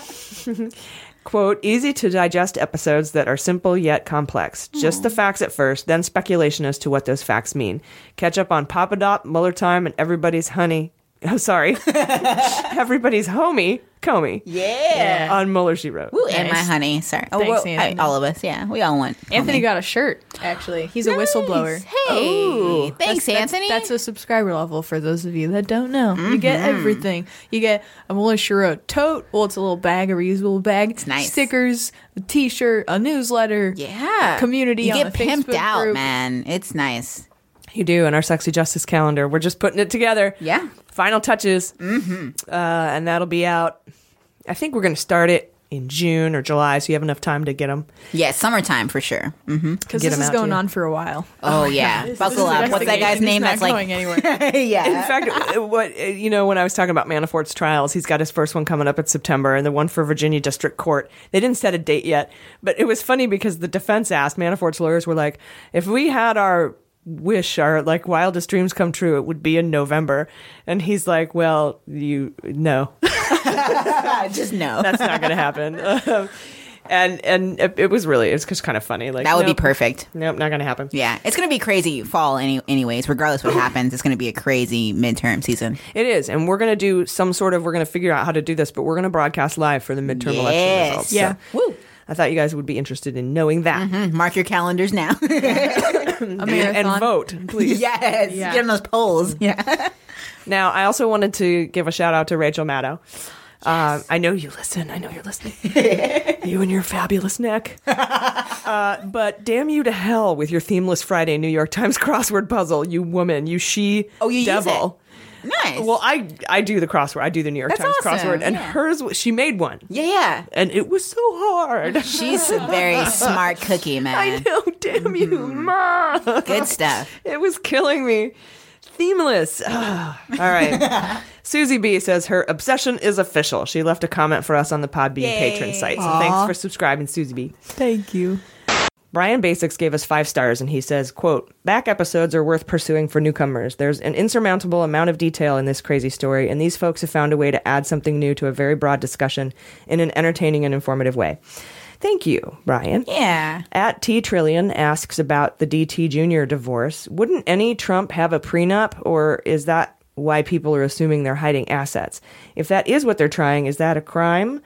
Speaker 3: says, quote, easy to digest episodes that are simple yet complex. Just the facts at first, then speculation as to what those facts mean. Catch up on Papa Dot, Muller Time, and everybody's honey. Oh, sorry. everybody's homie, Comey.
Speaker 9: Yeah.
Speaker 3: On Muller, she wrote.
Speaker 9: Ooh, and my honey. Sorry. Oh, well,
Speaker 4: Thanks,
Speaker 9: I-
Speaker 4: Anthony.
Speaker 9: all of us. Yeah, we all want.
Speaker 4: Anthony got a shirt, actually. He's a whistleblower.
Speaker 9: Hey, thanks,
Speaker 4: that's,
Speaker 9: Anthony. Mm-hmm.
Speaker 4: That's, a subscriber level for those of you that don't know. You get everything. You get a Melissa Shiro tote. Well, it's a little bag, a reusable bag. It's
Speaker 9: nice.
Speaker 4: Stickers, a T-shirt, a newsletter.
Speaker 9: yeah.
Speaker 4: community.
Speaker 9: You
Speaker 4: on
Speaker 9: get
Speaker 4: the
Speaker 9: pimped
Speaker 4: Facebook
Speaker 9: out,
Speaker 4: group.
Speaker 9: man. It's nice.
Speaker 3: You do in our sexy justice calendar. We're just putting it together.
Speaker 9: Yeah.
Speaker 3: Final touches. Mm-hmm. Uh, and that'll be out. I think we're going to start it in June or July, so you have enough time to get them.
Speaker 9: Yeah, summertime for sure. Mm-hmm.
Speaker 4: Because
Speaker 3: Get
Speaker 4: this
Speaker 3: 'em
Speaker 4: is
Speaker 3: out
Speaker 4: going
Speaker 3: to you.
Speaker 4: on for a while.
Speaker 9: Oh, yeah. Buckle up. What's that guy's name?
Speaker 4: That's
Speaker 9: That's
Speaker 4: not
Speaker 9: like
Speaker 4: going anywhere.
Speaker 9: yeah.
Speaker 3: In fact, uh, what you know, when I was talking about Manafort's trials, he's got his first one coming up in September, and the one for Virginia District Court. They didn't set a date yet, but it was funny because the defense asked Manafort's lawyers were like, "If we had our wish, our like wildest dreams come true, it would be in November," and he's like, "Well, you no."
Speaker 9: just no.
Speaker 3: that's not going to happen. Um, and and it, it was really it was just kind of funny. Like
Speaker 9: That would
Speaker 3: nope,
Speaker 9: be perfect.
Speaker 3: Nope, not going to happen.
Speaker 9: Yeah, it's gonna be crazy fall. Any, anyways, regardless what happens, it's gonna be a crazy midterm season.
Speaker 3: It is, and we're going to do some sort of. We're going to figure out how to do this, but we're going to broadcast live for the midterm election
Speaker 9: Yes.
Speaker 3: results.
Speaker 9: Yeah. Mm-hmm.
Speaker 3: Woo. I thought you guys would be interested in knowing that
Speaker 9: Mark your calendars now.
Speaker 4: A
Speaker 3: and,
Speaker 4: marathon.
Speaker 3: and vote, please.
Speaker 9: yes, get on those polls. Yeah,
Speaker 3: Now, I also wanted to give a shout out to Rachel Maddow. Um, I know you listen. I know you're listening. you and your fabulous neck. Uh, but damn you to hell with your themeless Friday New York Times crossword puzzle, you woman, you she
Speaker 9: Oh, you use
Speaker 3: devil.
Speaker 9: nice.
Speaker 3: Well, I I do the crossword. I do the New York
Speaker 9: That's
Speaker 3: Times
Speaker 9: awesome,
Speaker 3: crossword, and
Speaker 9: yeah.
Speaker 3: hers was- she made one,
Speaker 9: yeah, yeah.
Speaker 3: and it was so hard.
Speaker 9: She's a very smart cookie,
Speaker 3: I
Speaker 9: man.
Speaker 3: know, damn you,
Speaker 9: Mm-hmm.
Speaker 3: ma.
Speaker 9: Good stuff.
Speaker 3: It was killing me. Themeless. Ugh. All right. Susie B says her obsession is official. She left a comment for us on the Podbean patron site. So thanks for subscribing, Susie B.
Speaker 4: Thank you.
Speaker 3: Brian Basics gave us five stars and he says, quote, back episodes are worth pursuing for newcomers. There's an insurmountable amount of detail in this crazy story, and these folks have found a way to add something new to a very broad discussion in an entertaining and informative way. Thank you, Brian.
Speaker 9: Yeah.
Speaker 3: At T Trillion asks about the DT Jr. divorce. Wouldn't any Trump have a prenup, or is that why people are assuming they're hiding assets? If that is what they're trying, is that a crime?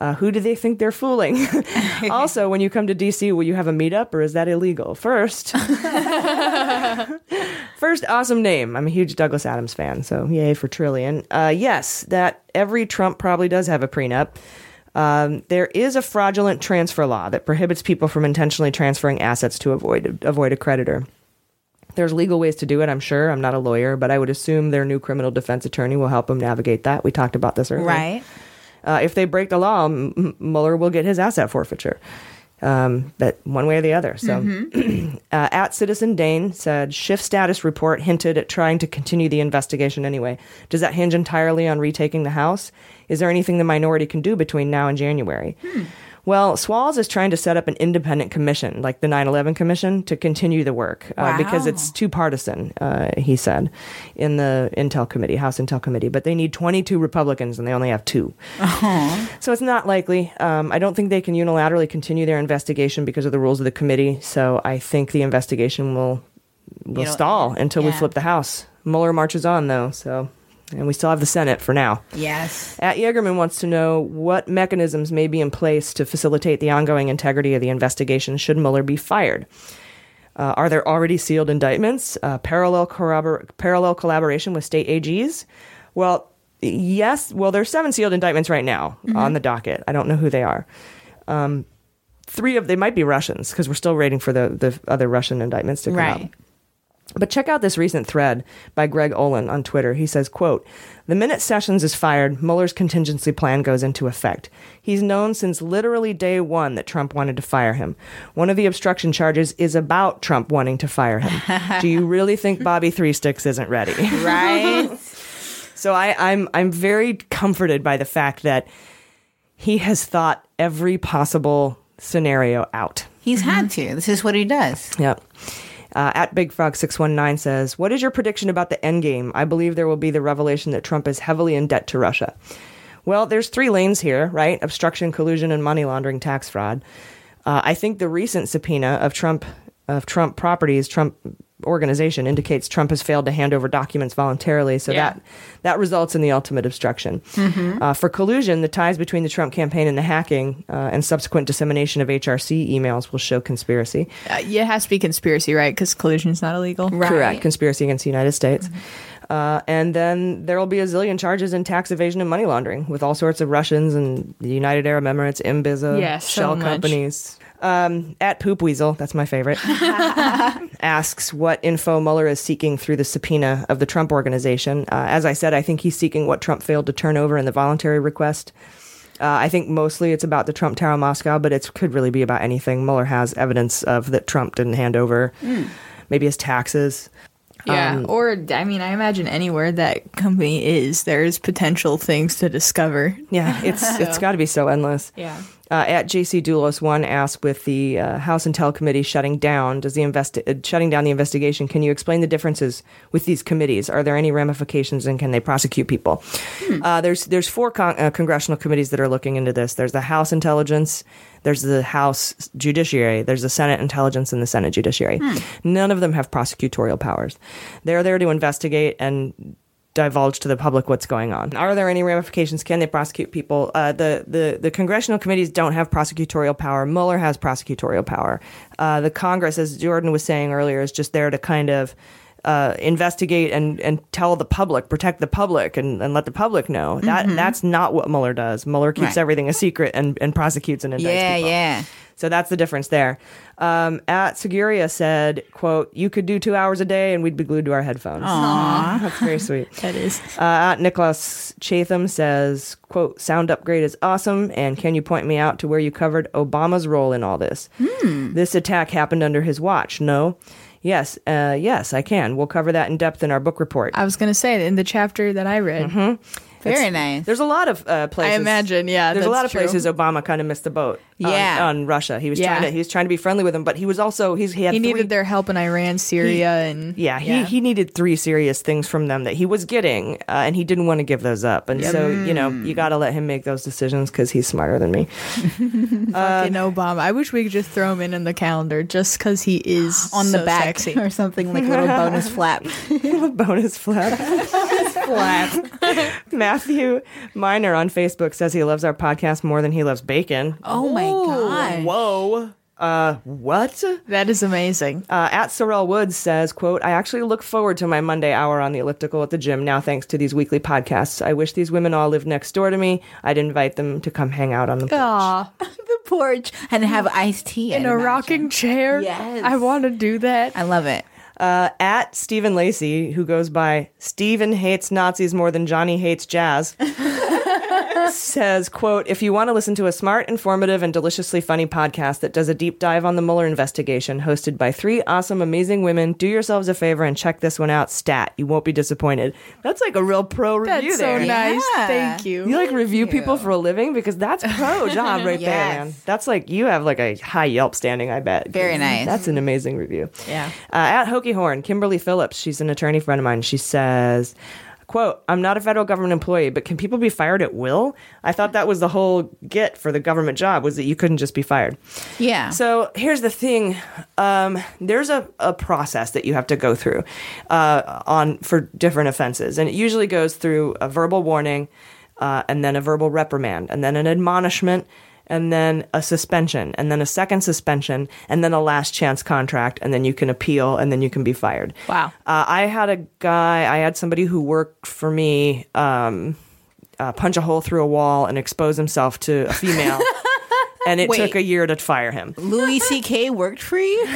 Speaker 3: Uh, who do they think they're fooling? also, when you come to DC, will you have a meetup, or is that illegal? First, First, awesome name. I'm a huge Douglas Adams fan, so yay for Trillion. Uh, yes, that every Trump probably does have a prenup. Um, there is a fraudulent transfer law that prohibits people from intentionally transferring assets to avoid avoid a creditor. There's legal ways to do it, I'm sure. I'm not a lawyer, but I would assume their new criminal defense attorney will help them navigate that. We talked about this earlier.
Speaker 9: Right.
Speaker 3: Uh, if they break the law, M- M- Mueller will get his asset forfeiture. Um, but one way or the other. So, uh, at Citizen Dane said, shift status report hinted at trying to continue the investigation anyway. Does that hinge entirely on retaking the House? Is there anything the minority can do between now and January? Well, Swalls is trying to set up an independent commission, like the 9 11 Commission, to continue the work uh, because
Speaker 10: Wow.
Speaker 3: it's too partisan, uh, he said, in the Intel Committee, House Intel Committee. But they need 22 Republicans and they only have two. So it's not likely. Um, I don't think they can unilaterally continue their investigation because of the rules of the committee. So I think the investigation will will
Speaker 9: You know,
Speaker 3: stall until we
Speaker 9: yeah.
Speaker 3: flip the House. Mueller marches on though, so and we still have the Senate for now.
Speaker 9: Yes.
Speaker 3: At Yeagerman wants to know what mechanisms may be in place to facilitate the ongoing integrity of the investigation should Mueller be fired. Uh, are there already sealed indictments? Uh, parallel corrobor- parallel collaboration with state AGs? Well, yes. Well, there's seven sealed indictments right now
Speaker 10: Mhm.
Speaker 3: on the docket. I don't know who they are. Um, three of they might be Russians because we're still waiting for the the other Russian indictments to come out. But check out this recent thread by Greg Olin on Twitter. He says, quote, The minute Sessions is fired, Mueller's contingency plan goes into effect. He's known since literally day one that Trump wanted to fire him. One of the obstruction charges is about Trump wanting to fire him. Do you really think Bobby Three Sticks isn't ready?
Speaker 9: Right?
Speaker 3: So I, I'm I'm very comforted by the fact that he has thought every possible scenario out.
Speaker 9: He's had
Speaker 4: Mm-hmm.
Speaker 9: to. This is what he does.
Speaker 3: Yep. Uh, at Big Frog six one nine says, "What is your prediction about the end game? I believe there will be the revelation that Trump is heavily in debt to Russia." Well, there's three lanes here, right? Obstruction, collusion, and money laundering, tax fraud. Uh, I think the recent subpoena of Trump of Trump Properties, Trump organization indicates Trump has failed to hand over documents voluntarily, so
Speaker 10: Yeah.
Speaker 3: that that results in the ultimate obstruction.
Speaker 10: Mhm.
Speaker 3: Uh, for collusion, the ties between the Trump campaign and the hacking uh, and subsequent dissemination of HRC emails will show conspiracy.
Speaker 4: Uh, yeah, it has to be conspiracy, right? Because collusion's not illegal.
Speaker 3: Correct. Conspiracy against the United States. Uh, and then there will be a zillion charges in tax evasion and money laundering with all sorts of Russians and the United Arab Emirates, Imbiza,
Speaker 4: Yeah, so
Speaker 3: shell
Speaker 4: much.
Speaker 3: companies. Um, at Poop Weasel, that's my favorite, asks what info Mueller is seeking through the subpoena of the Trump organization. Uh, as I said, I think he's seeking what Trump failed to turn over in the voluntary request. Uh, I think mostly it's about the Trump Tower in Moscow, but it could really be about anything. Mueller has evidence of that Trump didn't hand over,
Speaker 4: Mm.
Speaker 3: maybe his taxes.
Speaker 4: Yeah,
Speaker 3: Um,
Speaker 4: or I mean, I imagine anywhere that company is, there is potential things to discover.
Speaker 3: Yeah, it's it's got to be so endless.
Speaker 4: Yeah.
Speaker 3: Uh, at JC Doulos one asked, with the uh, House Intel Committee shutting down, does the investi- uh, shutting down the investigation? Can you explain the differences with these committees? Are there any ramifications, and can they prosecute people? Uh, there's there's four con- uh, congressional committees that are looking into this. There's the House Intelligence, there's the House Judiciary, there's the Senate Intelligence, and the Senate Judiciary.
Speaker 10: Hmm.
Speaker 3: None of them have prosecutorial powers. They're there to investigate and divulge to the public what's going on. Are there any ramifications? Can they prosecute people? Uh, the, the the congressional committees don't have prosecutorial power. Mueller has prosecutorial power. Uh, the Congress, as Jordan was saying earlier, is just there to kind of. Uh, investigate and, and tell the public, protect the public, and, and let the public know that
Speaker 9: Mhm.
Speaker 3: that's not what Mueller does. Mueller keeps
Speaker 9: Right.
Speaker 3: everything a secret and, and prosecutes and indicts
Speaker 9: Yeah,
Speaker 3: people.
Speaker 9: yeah.
Speaker 3: So that's the difference there. Um, at Seguria said, "quote You could do two hours a day, and we'd be glued to our headphones."
Speaker 9: Aw.
Speaker 3: that's very sweet.
Speaker 4: that is.
Speaker 3: Uh, at Nicholas Chatham says, "quote Sound upgrade is awesome, and can you point me out to where you covered Obama's role in all this?
Speaker 4: Hmm.
Speaker 3: This attack happened under his watch. No." Yes, uh, yes, I can. We'll cover that in depth in our book report.
Speaker 4: I was going to say in the chapter that I read.
Speaker 3: Mm-hmm. Very nice. There's a lot of uh, places.
Speaker 4: I imagine, yeah.
Speaker 3: There's a
Speaker 4: that's
Speaker 3: lot of
Speaker 4: true.
Speaker 3: places Obama kind of missed the boat. on-
Speaker 4: Yeah.
Speaker 3: on, Russia, he was
Speaker 4: Yeah.
Speaker 3: trying to he was trying to be friendly with him, but he was also he's he had
Speaker 4: He
Speaker 3: three,
Speaker 4: needed their help in Iran, Syria, and
Speaker 3: yeah, he,
Speaker 4: yeah.
Speaker 3: he needed three serious things from them that he was getting, uh, and he didn't want to give those up. And
Speaker 4: Yep.
Speaker 3: so you know you got to let him make those decisions because he's smarter than me.
Speaker 4: fucking Uh, Obama. I wish we could just throw him in in the calendar just because he is
Speaker 9: On the
Speaker 4: so
Speaker 9: back
Speaker 4: sexy.
Speaker 9: or something like a little bonus flap.
Speaker 3: little bonus flap. Matthew Miner on Facebook says he loves our podcast more than he loves bacon.
Speaker 9: Oh my god.
Speaker 3: Whoa. Uh, what?
Speaker 4: That is amazing.
Speaker 3: Uh, at Sorrel Woods says, quote, I actually look forward to my Monday hour on the elliptical at the gym now thanks to these weekly podcasts. I wish these women all lived next door to me. I'd invite them to come hang out on the
Speaker 4: Aw,
Speaker 9: the porch and have iced tea
Speaker 4: in a rocking chair.
Speaker 9: Yes.
Speaker 4: I want to do that.
Speaker 9: I love it.
Speaker 3: Uh, at Stephen Lacey, who goes by Stephen hates Nazis more than Johnny hates jazz, says, quote, if you want to listen to a smart, informative, and deliciously funny podcast that does a deep dive on the Mueller investigation hosted by three awesome, amazing women, do yourselves a favor and check this one out. Stat. You won't be disappointed. That's like a real pro
Speaker 4: That's
Speaker 3: review
Speaker 4: so
Speaker 3: there.
Speaker 4: nice. Yeah. Thank you.
Speaker 3: You like review people for a living because that's pro job right
Speaker 4: Yes.
Speaker 3: there, man. That's like you have like a high Yelp standing, I bet.
Speaker 9: Very nice.
Speaker 3: That's an amazing review.
Speaker 9: Yeah.
Speaker 3: Uh, at Hokey Horn, Kimberly Phillips, she's an attorney friend of mine. She says, "Quote: I'm not a federal government employee, but can people be fired at will? I thought that was the whole get for the government job was that you couldn't just be fired."
Speaker 9: Yeah.
Speaker 3: So here's the thing: um, there's a, a process that you have to go through uh, on for different offenses, and it usually goes through a verbal warning, uh, and then a verbal reprimand, and then an admonishment, and then a suspension, and then a second suspension, and then a last chance contract, and then you can appeal, and then you can be fired. Wow. Uh, I had a guy. I had somebody who worked for me. Um, uh, punch a hole through a wall and expose himself to a female and it
Speaker 9: Wait.
Speaker 3: took a year to fire him.
Speaker 9: Louis C.K. worked for you?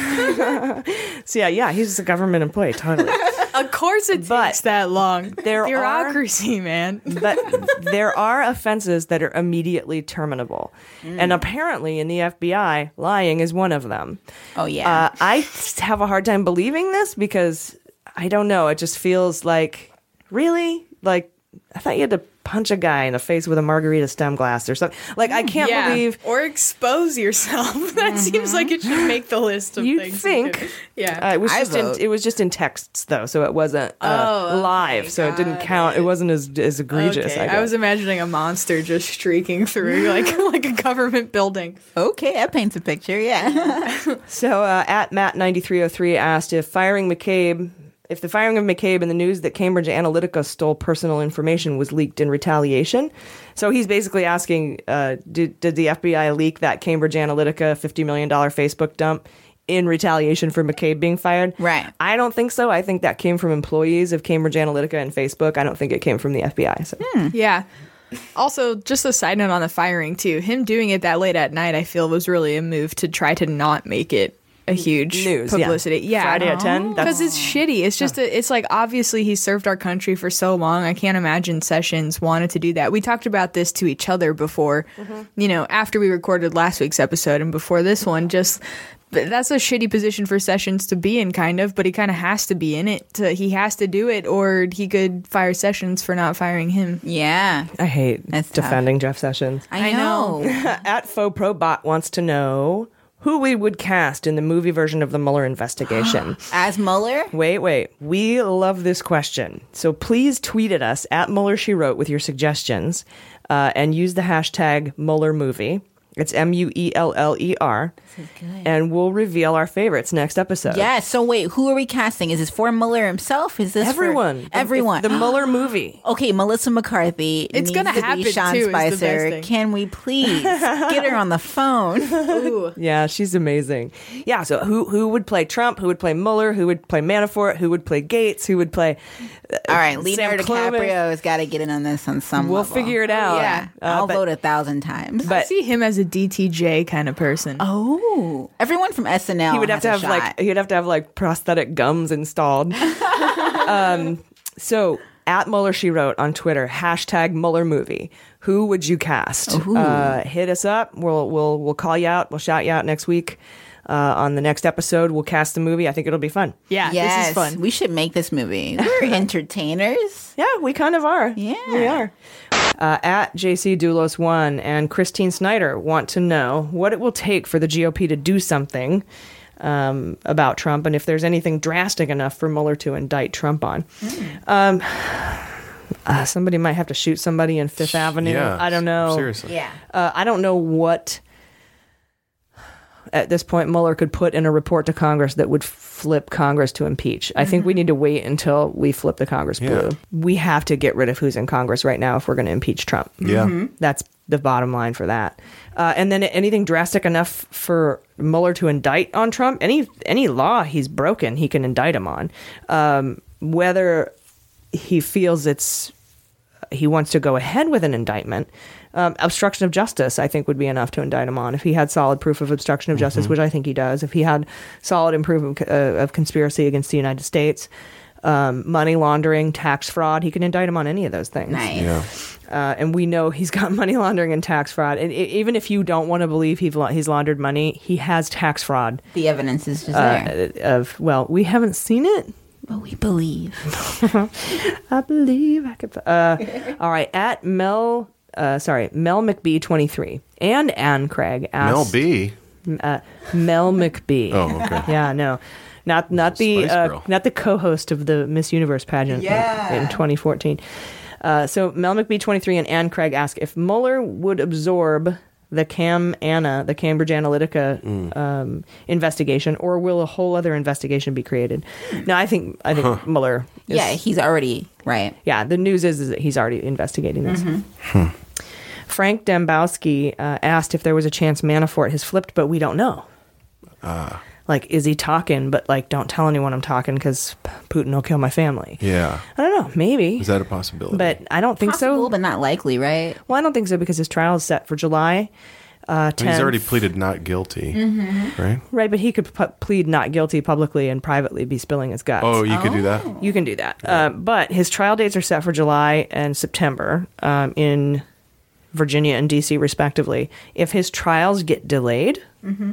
Speaker 3: So yeah, yeah, he's a government employee, totally.
Speaker 4: of course it takes that long.
Speaker 3: There are-
Speaker 4: Bureaucracy, man.
Speaker 3: but there are offenses that are immediately terminable,
Speaker 4: Mm.
Speaker 3: and apparently in the FBI, lying is one of them.
Speaker 9: Oh yeah,
Speaker 3: uh, I just have a hard time believing this because I don't know. It just feels like really like I thought you had to punch a guy in the face with a margarita stem glass or something. Like I can't
Speaker 4: Yeah.
Speaker 3: believe
Speaker 4: or expose yourself.
Speaker 9: Mm-hmm.
Speaker 4: that seems like it should make the list of
Speaker 3: You'd
Speaker 4: things. you
Speaker 3: think.
Speaker 4: could- yeah.
Speaker 3: Uh, it was
Speaker 4: I
Speaker 3: just in,
Speaker 4: vote.
Speaker 3: it was just in texts though, so it wasn't uh,
Speaker 4: Oh,
Speaker 3: live, so it didn't count. It wasn't as as egregious.
Speaker 4: Okay,
Speaker 3: I,
Speaker 4: I,
Speaker 3: guess.
Speaker 4: was imagining a monster just streaking through like like a government building.
Speaker 9: Okay, that paints a picture. Yeah.
Speaker 3: so uh, at Matt ninety three oh three asked if firing McCabe. If the firing of McCabe and the news that Cambridge Analytica stole personal information was leaked in retaliation, so he's basically asking, uh, did, did the FBI leak that Cambridge Analytica fifty million dollar Facebook dump in retaliation for McCabe being fired?
Speaker 9: Right.
Speaker 3: I don't think so. I think that came from employees of Cambridge Analytica and Facebook. I don't think it came from the FBI. So.
Speaker 9: Hmm.
Speaker 4: Yeah. Also, just a side note on the firing too. Him doing it that late at night, I feel, was really a move to try to not make it a huge
Speaker 3: News, yeah.
Speaker 4: publicity. Yeah,
Speaker 3: Friday at 10, that's-
Speaker 4: Because it's shitty. It's just a, it's like obviously he served our country for so long. I can't imagine Sessions wanted to do that. We talked about this to each other before,
Speaker 3: Mm-hmm.
Speaker 4: you know, after we recorded last week's episode and before this one. Just but that's a shitty position for Sessions to be in, kind of. But he kind of has to be in it. To, he has to do it, or he could fire Sessions for not firing him.
Speaker 9: yeah.
Speaker 3: I hate
Speaker 9: tough.
Speaker 3: defending Jeff Sessions.
Speaker 9: I know.
Speaker 3: At Faux Probot wants to know who we would cast in the movie version of the Mueller investigation.
Speaker 9: As Mueller?
Speaker 3: Wait, wait. We love this question. So please tweet at us at Mueller She Wrote with your suggestions uh, and use the hashtag Mueller Movie. It's M U E L L E R. And we'll reveal our favorites next episode.
Speaker 9: Yeah. So wait, who are we casting? Is this for Mueller himself? Is this for-
Speaker 3: Everyone. The-
Speaker 9: everyone.
Speaker 3: the Mueller movie.
Speaker 9: Okay, Melissa McCarthy. needs
Speaker 4: It's gonna
Speaker 9: to
Speaker 4: happen,
Speaker 9: Be Sean
Speaker 4: too, is the
Speaker 9: Spicer.
Speaker 4: best thing.
Speaker 9: Can we please get her on the phone?
Speaker 3: Yeah, she's amazing. Yeah, so who who would play Trump? Who would play Mueller? Who would play Manafort? Who would play Gates? Who would play?
Speaker 9: All right,
Speaker 3: Sam
Speaker 9: Leonardo
Speaker 3: Clovis.
Speaker 9: DiCaprio has got to get in on this on some.
Speaker 3: We'll
Speaker 9: level.
Speaker 3: figure it out.
Speaker 9: Yeah,
Speaker 3: Uh,
Speaker 9: I'll
Speaker 3: but-
Speaker 9: vote a thousand times.
Speaker 4: I see him as a DTJ kind of person.
Speaker 9: oh, everyone from SNL.
Speaker 3: he would have to have
Speaker 9: has a shot.
Speaker 3: like he would have to have like prosthetic gums installed. um, so at Mueller, she wrote on Twitter hashtag Mueller movie. Who would you cast? Uh, hit us up. We'll we'll we'll call you out. We'll shout you out next week uh, on the next episode. We'll cast the movie. I think it'll be fun.
Speaker 4: Yeah,
Speaker 9: yes,
Speaker 4: this is fun.
Speaker 9: We should make this movie. We're entertainers.
Speaker 3: Yeah, we kind of are.
Speaker 9: Yeah.
Speaker 3: we are. Uh, at JC Doulos One and Christine Snyder want to know what it will take for the GOP to do something um, about Trump, and if there's anything drastic enough for Mueller to indict Trump on. Um, uh, somebody might have to shoot somebody in Fifth Avenue.
Speaker 10: Yeah,
Speaker 3: I don't know.
Speaker 10: seriously. Yeah.
Speaker 3: uh, I don't know what at this point Mueller could put in a report to Congress that would flip Congress to impeach. I think we need to wait until we flip the Congress blue. We have to get rid of who's in Congress right now if we're going to impeach Trump.
Speaker 10: Yeah. Mhm.
Speaker 3: That's the bottom line for that. Uh, and then anything drastic enough for Mueller to indict on Trump, any any law he's broken, he can indict him on. Um, whether he feels it's he wants to go ahead with an indictment. Um, obstruction of justice, I think, would be enough to indict him on if he had solid proof of obstruction of justice, which I think he does. If he had solid improvement uh, of conspiracy against the United States, um, money laundering, tax fraud, he can indict him on any of those things.
Speaker 9: Nice.
Speaker 10: Yeah.
Speaker 3: Uh, and we know he's got money laundering and tax fraud. And i even if you don't want to believe he's, la- he's laundered money, he has tax fraud.
Speaker 4: The evidence is just
Speaker 3: uh, Of well, we haven't seen it,
Speaker 4: but we believe.
Speaker 3: I believe I could. Uh, all right, at Mel. Uh, sorry, Mel McBee twenty three and Ann Craig asked
Speaker 11: Mel B.
Speaker 3: uh, Mel McBee.
Speaker 11: Oh, okay.
Speaker 3: yeah, no, not not the
Speaker 11: Spice
Speaker 3: uh,
Speaker 11: Girl.
Speaker 3: not the co-host of the Miss Universe pageant in-
Speaker 11: Yeah.
Speaker 3: in 2014. Uh, so Mel McBee 23 and Ann Craig ask if Mueller would absorb the Cam Anna, the Cambridge Analytica
Speaker 11: Mm.
Speaker 3: um, investigation, or will a whole other investigation be created? Now, I think I think
Speaker 4: Huh.
Speaker 3: Mueller. Is,
Speaker 4: Yeah, he's already right.
Speaker 3: Yeah, the news is, is that he's already investigating this.
Speaker 4: Mhm.
Speaker 11: Hmm.
Speaker 3: Frank Dembowski uh, asked if there was a chance Manafort has flipped, but we don't know.
Speaker 11: Ah.
Speaker 3: Like, is he talking? But like, don't tell anyone I'm talking because Putin will kill my family.
Speaker 11: Yeah.
Speaker 3: I don't know. Maybe
Speaker 11: Is that a possibility?
Speaker 3: but I don't think so.
Speaker 4: But not likely, right?
Speaker 3: Well, I don't think so because his trial is set for July. Uh,
Speaker 11: I mean,
Speaker 3: 10th.
Speaker 11: he's already pleaded not guilty,
Speaker 4: Mm-hmm.
Speaker 3: Mhm.
Speaker 11: right?
Speaker 3: Right, but he could pu- plead not guilty publicly and privately be spilling his guts.
Speaker 11: Oh, you could do that?
Speaker 3: You can do that. Uh, but his trial dates are set for July and September um, in Virginia and D.C., respectively. If his trials get delayed,
Speaker 4: Mm-hmm.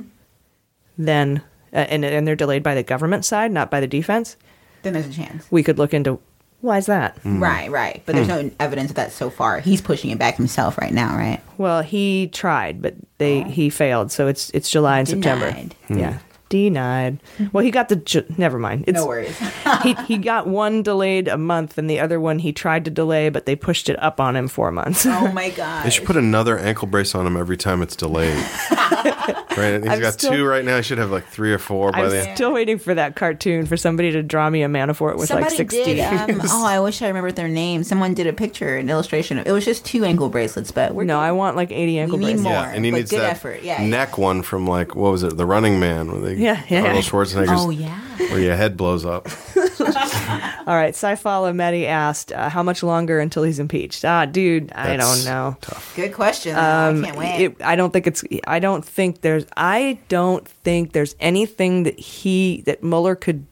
Speaker 3: then uh, and and they're delayed by the government side, not by the defense,
Speaker 4: Then there's a chance.
Speaker 3: we could look into why is that?
Speaker 11: Hmm.
Speaker 4: Right, right. But there's no evidence of that so far. He's pushing it back himself right now, right?
Speaker 3: Well, he tried, but they he failed. So it's it's July and
Speaker 4: Oh. Denied.
Speaker 3: September.
Speaker 4: Hmm.
Speaker 3: Yeah, denied. Well, he got the ju- never mind. It's,
Speaker 4: no worries.
Speaker 3: he he got one delayed a month, and the other one he tried to delay, but they pushed it up on him four months.
Speaker 4: Oh my god!
Speaker 11: They should put another ankle brace on him every time it's delayed. right? He's
Speaker 3: I'm
Speaker 11: got
Speaker 3: still-
Speaker 11: two right now. He should have like three or four by
Speaker 3: I'm
Speaker 11: the
Speaker 3: still waiting for that cartoon for somebody to draw me a Manafort with like
Speaker 4: Somebody
Speaker 3: sixty.
Speaker 4: did. Um, oh, I wish I remembered their name. Someone did a picture, an illustration. of It was just two ankle bracelets, but we're
Speaker 3: no, I want like eighty ankle
Speaker 4: we need
Speaker 3: bracelets.
Speaker 4: more.
Speaker 11: Yeah, and he
Speaker 4: but
Speaker 11: needs
Speaker 4: good
Speaker 11: that
Speaker 4: effort. Yeah, yeah.
Speaker 11: neck one from like what was it, The Running Man, where they
Speaker 3: Yeah, yeah.
Speaker 11: Arnold Schwarzenegger's,
Speaker 3: Oh, yeah.
Speaker 11: where your head blows up.
Speaker 3: All right, Saifala Mehdi asked uh, how much longer until he's impeached. Ah, dude, I
Speaker 11: That's
Speaker 3: don't know.
Speaker 4: Good question. though. I can't wait.
Speaker 3: it- I don't think it's. I don't think there's. I don't think there's anything that he that Mueller could